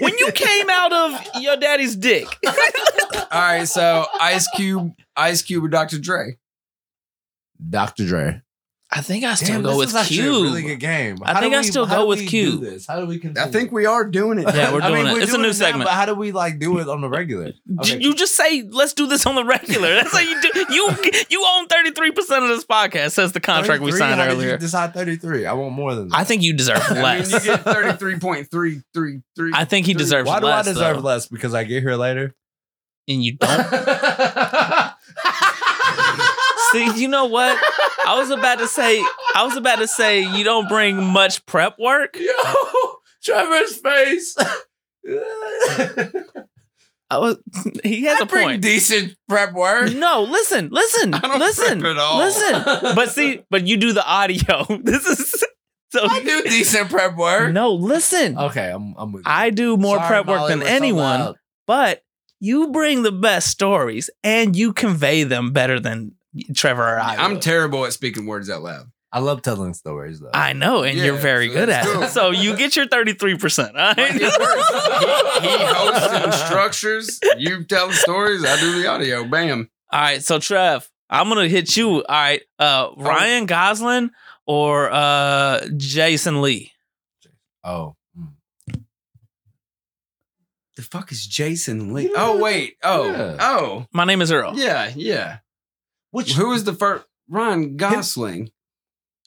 Speaker 2: When you came out of your daddy's dick.
Speaker 3: All right, so Ice Cube, Ice Cube or Dr. Dre.
Speaker 6: Dr. Dre.
Speaker 2: I think I still
Speaker 6: Damn,
Speaker 2: go
Speaker 6: this
Speaker 2: with
Speaker 6: is actually a
Speaker 2: Cube.
Speaker 6: Really good game.
Speaker 2: I
Speaker 6: How
Speaker 2: think
Speaker 6: do
Speaker 2: I still
Speaker 6: how
Speaker 2: go
Speaker 6: do
Speaker 2: with
Speaker 6: we
Speaker 2: Cube.
Speaker 6: do this? How do we continue?
Speaker 3: I think we are doing it.
Speaker 2: Yeah, we're
Speaker 6: I mean,
Speaker 2: doing it. It's a
Speaker 6: doing
Speaker 2: new
Speaker 6: now,
Speaker 2: segment.
Speaker 6: but how do we like do it on the regular?
Speaker 2: J-
Speaker 6: Okay.
Speaker 2: You just say, "Let's do this on the regular." That's how you do. You you own thirty three percent of this podcast. Says the contract we
Speaker 6: 33?
Speaker 2: signed
Speaker 6: How did you
Speaker 2: earlier.
Speaker 6: Decide thirty three. I want more than that.
Speaker 2: I think you deserve
Speaker 3: I mean, you
Speaker 2: less.
Speaker 3: get 33.333.
Speaker 2: I think he deserves
Speaker 6: Why do
Speaker 2: less.
Speaker 6: I deserve
Speaker 2: though.
Speaker 6: less? Because I get here later.
Speaker 2: And you don't. See, you know what? I was about to say. I was about to say you don't bring much prep work.
Speaker 6: Yo, Trevor's face.
Speaker 2: I was, he has a
Speaker 3: I bring
Speaker 2: point.
Speaker 3: decent prep work.
Speaker 2: No, listen, listen,
Speaker 3: I don't
Speaker 2: listen,
Speaker 3: prep at all.
Speaker 2: listen. But see, but you do the audio. This is so.
Speaker 3: I do decent prep work.
Speaker 2: No, listen.
Speaker 6: Okay, I'm I'm with you.
Speaker 2: I do more
Speaker 6: Sorry,
Speaker 2: prep work
Speaker 6: Molly,
Speaker 2: than
Speaker 6: we're so
Speaker 2: anyone,
Speaker 6: loud.
Speaker 2: but you bring the best stories and you convey them better than Trevor or I.
Speaker 3: I'm
Speaker 2: would.
Speaker 3: terrible at speaking words out loud.
Speaker 6: I love telling stories though.
Speaker 2: I know, and
Speaker 3: Yeah,
Speaker 2: you're very
Speaker 3: so
Speaker 2: good at
Speaker 3: that's
Speaker 2: it.
Speaker 3: cool.
Speaker 2: So you get your 33%. all
Speaker 3: Mine
Speaker 2: right?
Speaker 3: is worse. he, he hosts and structures. You telling stories. I do the audio. Bam.
Speaker 2: All right, so Trev, I'm gonna hit you. All right,
Speaker 3: Oh.
Speaker 2: uh, Ryan Gosling or uh, Jason Lee.
Speaker 6: oh, mm.
Speaker 3: The fuck is Jason Lee? Oh wait. Oh
Speaker 6: Yeah.
Speaker 3: oh
Speaker 2: My name is Earl.
Speaker 3: yeah yeah.
Speaker 6: which
Speaker 3: Who was the first? Ryan Gosling.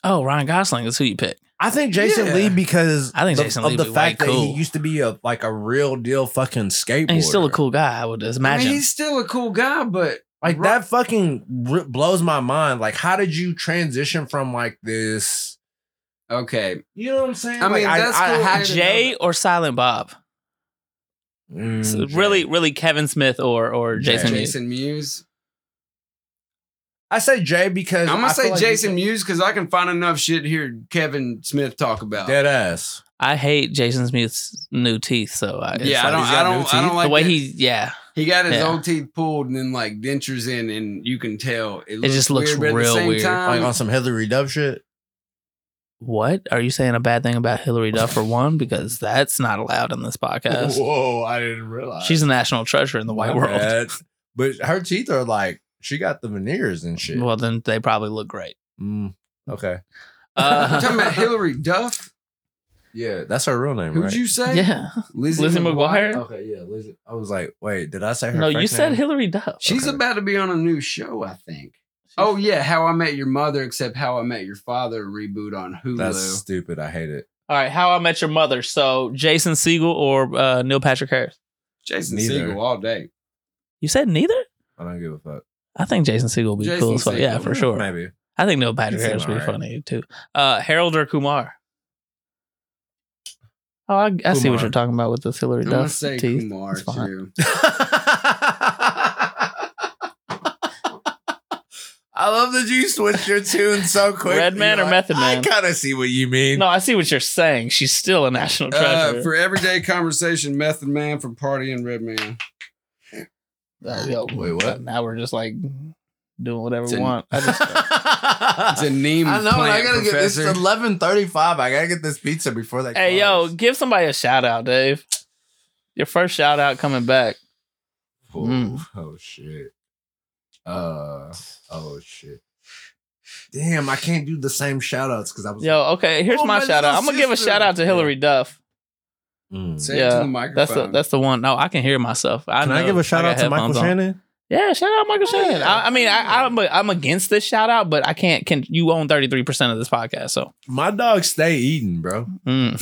Speaker 2: Oh, Ryan Gosling is who you pick.
Speaker 6: I think Jason
Speaker 3: Yeah.
Speaker 6: Lee because
Speaker 2: I think
Speaker 6: of-
Speaker 2: Jason
Speaker 6: of
Speaker 2: Lee
Speaker 6: the
Speaker 2: would be
Speaker 6: fact
Speaker 2: way
Speaker 6: that he
Speaker 2: cool.
Speaker 6: used to be a like a real deal fucking skateboarder.
Speaker 2: And he's still a cool guy. I would
Speaker 3: I mean,
Speaker 2: imagine.
Speaker 3: he's still a cool guy, but
Speaker 6: Like
Speaker 3: Right.
Speaker 6: that fucking r- blows my mind. Like, how did you transition from like this?
Speaker 3: okay.
Speaker 6: You know what I'm saying?
Speaker 3: I mean,
Speaker 6: Like,
Speaker 3: that's cool.
Speaker 6: had-
Speaker 2: Jay or Silent Bob?
Speaker 6: Mm,
Speaker 2: So
Speaker 6: Jay.
Speaker 2: really, really Kevin Smith or or Jason. Lee.
Speaker 3: Jason Mewes.
Speaker 6: I say Jay because
Speaker 3: I'm
Speaker 6: I
Speaker 3: gonna
Speaker 6: feel
Speaker 3: say
Speaker 6: like
Speaker 3: Jason Mewes because I can find enough shit to hear Kevin Smith talk about.
Speaker 6: dead ass.
Speaker 2: I hate Jason Smith's new teeth. So I, it's
Speaker 3: yeah, I
Speaker 2: like-
Speaker 3: don't,
Speaker 6: he's got
Speaker 3: I
Speaker 6: new
Speaker 3: don't, I
Speaker 6: teeth.
Speaker 3: don't like
Speaker 2: the way
Speaker 3: that.
Speaker 2: he, yeah,
Speaker 3: He got his
Speaker 2: Yeah.
Speaker 3: old teeth pulled and then like dentures in, and you can tell it,
Speaker 2: just looks
Speaker 3: but at the
Speaker 2: real
Speaker 3: same
Speaker 2: weird.
Speaker 6: Like on
Speaker 3: Time,
Speaker 6: some Hillary Duff shit.
Speaker 2: what are you saying a bad thing about Hillary Duff for one? Because that's not allowed in this podcast.
Speaker 6: Whoa, I didn't realize
Speaker 2: She's a national treasure in the
Speaker 6: My
Speaker 2: white world.
Speaker 6: bad. But her teeth are like she got the veneers and shit.
Speaker 2: Well, then they probably look great.
Speaker 6: Mm, okay,
Speaker 3: You're talking about
Speaker 2: Uh,
Speaker 3: Hillary Duff.
Speaker 6: yeah, that's her real name,
Speaker 3: Who'd
Speaker 6: right?
Speaker 3: you say?
Speaker 2: yeah. Lizzie McGuire?
Speaker 6: okay, yeah, Liz. I was like, wait, did I say her?
Speaker 2: No, you
Speaker 6: first
Speaker 2: said
Speaker 6: name?
Speaker 2: Hillary Duff.
Speaker 3: She's
Speaker 6: Okay.
Speaker 3: about to be on a new show, I think. Oh yeah, How I Met Your Mother, except How I Met Your Father reboot on Hulu.
Speaker 6: That's stupid. I hate it.
Speaker 2: All right. How I Met Your Mother. So Jason Siegel or uh, Neil Patrick Harris?
Speaker 3: Jason
Speaker 6: Neither.
Speaker 3: Segel all day.
Speaker 2: You said neither?
Speaker 6: I don't give a fuck.
Speaker 2: I think Jason Siegel would be
Speaker 3: Jason
Speaker 2: cool as fuck. Yeah,
Speaker 3: Segel.
Speaker 2: for sure.
Speaker 6: Maybe.
Speaker 2: I think Neil Patrick
Speaker 6: He's
Speaker 2: Harris would be
Speaker 6: alright.
Speaker 2: funny too. Uh, Harold or Kumar? Oh, I, I see what
Speaker 6: Kumar.
Speaker 2: you're talking about with this Hillary
Speaker 3: I'm gonna
Speaker 2: Duff
Speaker 3: say
Speaker 2: teeth.
Speaker 3: Kumar
Speaker 2: It's fine.
Speaker 3: too.
Speaker 4: I love that you switched your tune so quick.
Speaker 2: Red Man
Speaker 4: You're
Speaker 2: or
Speaker 4: like,
Speaker 2: Method Man?
Speaker 4: I kind of see what you mean.
Speaker 2: No, I see what you're saying. She's still a national treasure.
Speaker 3: Uh, for everyday conversation, Method Man for partying, Red Man.
Speaker 2: Oh, yo,
Speaker 6: Wait, what?
Speaker 2: Now we're just like doing whatever we
Speaker 3: Didn't-
Speaker 2: want. I just,
Speaker 3: It's a name.
Speaker 4: I know, and I gotta get this.
Speaker 3: professor.
Speaker 4: It's eleven thirty-five. I gotta get this pizza before they.
Speaker 2: hey, yo,
Speaker 4: close.
Speaker 2: give somebody a shout out, Dave. Your first shout out coming back.
Speaker 6: Oh,
Speaker 2: Mm.
Speaker 6: oh shit. Uh oh shit. Damn, I can't do the same shout outs because I was
Speaker 2: Yo, okay, here's
Speaker 4: Oh,
Speaker 2: my,
Speaker 4: my
Speaker 2: shout out.
Speaker 4: little
Speaker 2: I'm gonna give a
Speaker 4: sister.
Speaker 2: shout out to Hillary Duff.
Speaker 6: Mm.
Speaker 3: Say it
Speaker 2: Yeah,
Speaker 3: to the microphone.
Speaker 2: That's the that's the one. No, I can hear myself. I
Speaker 6: Can I
Speaker 2: know
Speaker 6: give a shout
Speaker 2: got
Speaker 6: out to Michael
Speaker 2: headphones on.
Speaker 6: Shannon?
Speaker 2: Yeah, shout out Michael Shannon. I, I mean, I, I'm I'm against this shout out, but I can't. Can you own 33 percent of this podcast? So
Speaker 6: My dog stay eating, bro.
Speaker 2: mm.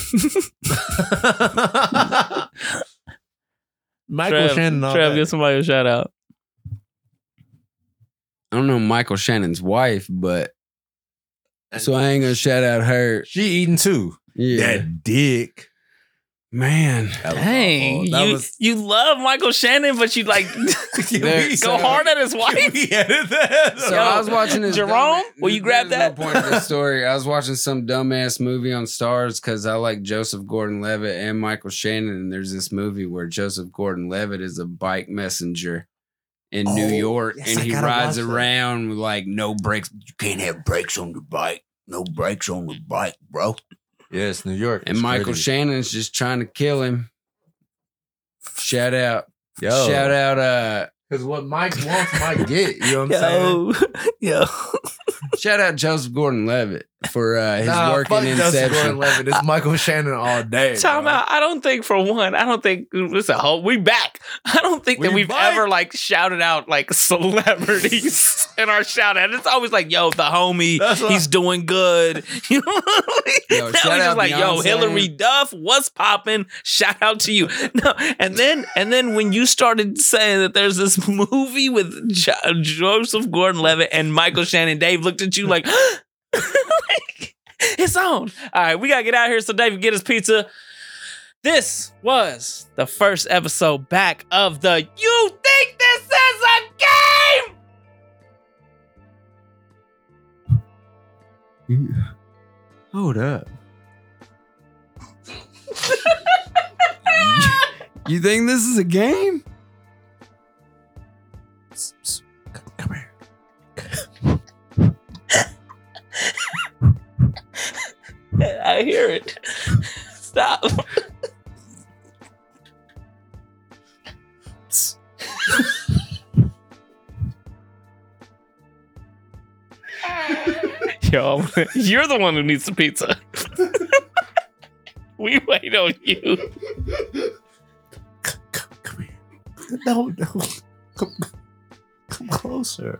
Speaker 6: Michael
Speaker 2: Trev,
Speaker 6: Shannon all
Speaker 2: Trev,
Speaker 6: day.
Speaker 2: give somebody a shout out.
Speaker 10: I don't know Michael Shannon's wife, but so I ain't gonna shout out her.
Speaker 6: She eating too.
Speaker 10: Yeah,
Speaker 6: That dick.
Speaker 10: man.
Speaker 6: That was my
Speaker 2: Dang,
Speaker 6: fault. That
Speaker 2: you
Speaker 6: was
Speaker 2: you love Michael Shannon, but you like
Speaker 3: There-
Speaker 2: go
Speaker 3: so-
Speaker 2: hard at his wife.
Speaker 6: we edit that.
Speaker 3: So
Speaker 2: Yo,
Speaker 3: I was watching this.
Speaker 2: Jerome,
Speaker 3: dumbass-
Speaker 2: will you grab
Speaker 3: there's
Speaker 2: that?
Speaker 3: No point of this story. I was watching some dumbass movie on Stars because I like Joseph Gordon-Levitt and Michael Shannon. And there's this movie where Joseph Gordon-Levitt is a bike messenger in New
Speaker 6: Oh,
Speaker 3: York,
Speaker 6: yes,
Speaker 3: and
Speaker 6: I
Speaker 3: he
Speaker 6: gotta
Speaker 3: rides
Speaker 6: watch that.
Speaker 3: around with like no brakes.
Speaker 11: You can't have brakes on the bike. No brakes on the bike, bro.
Speaker 6: Yes, New York.
Speaker 3: And Michael Shannon's just trying to kill him. Shout out! Shout out! Uh,
Speaker 6: Because what Mike wants, Mike get. You know what I'm saying?
Speaker 2: Yo, yo,
Speaker 3: shout out Joseph Gordon-Levitt for uh, his
Speaker 6: Nah,
Speaker 3: work in
Speaker 6: fuck Dustin
Speaker 3: Inception.
Speaker 6: Gordon-Levitt. It's Michael Shannon all day.
Speaker 2: time
Speaker 6: bro.
Speaker 2: out. I don't think for one. I don't think it's a whole. We back. I don't think that
Speaker 6: We
Speaker 2: we've
Speaker 6: back.
Speaker 2: ever like shouted out like celebrities in our shout out. It's always like, yo, the homie,
Speaker 6: That's what
Speaker 2: he's doing good. You know,
Speaker 3: Yo,
Speaker 2: Now
Speaker 3: shout
Speaker 2: we just
Speaker 3: out
Speaker 2: like, yo,
Speaker 3: Beyonce.
Speaker 2: Hillary Duff, what's popping? Shout out to you. No, and then and then when you started saying that there's this movie with jo- Joseph Gordon-Levitt and Michael Shannon, Dave looked at you like, like, it's on. All right, we gotta get out of here. So Dave, can get his pizza. This was the first episode back of the You Think This Is a Game?
Speaker 4: Hold up.
Speaker 7: You think this is a game?
Speaker 4: Come here.
Speaker 2: I hear it. Stop. Yo, you're the one who needs the pizza. we wait on you.
Speaker 4: Come, come here. No, no. Come, come closer.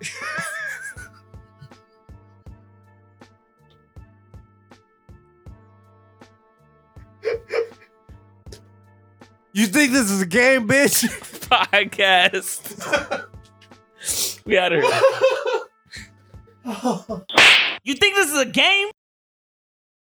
Speaker 4: you think this is a game, bitch?
Speaker 2: Podcast. we out of here. you think this is a game?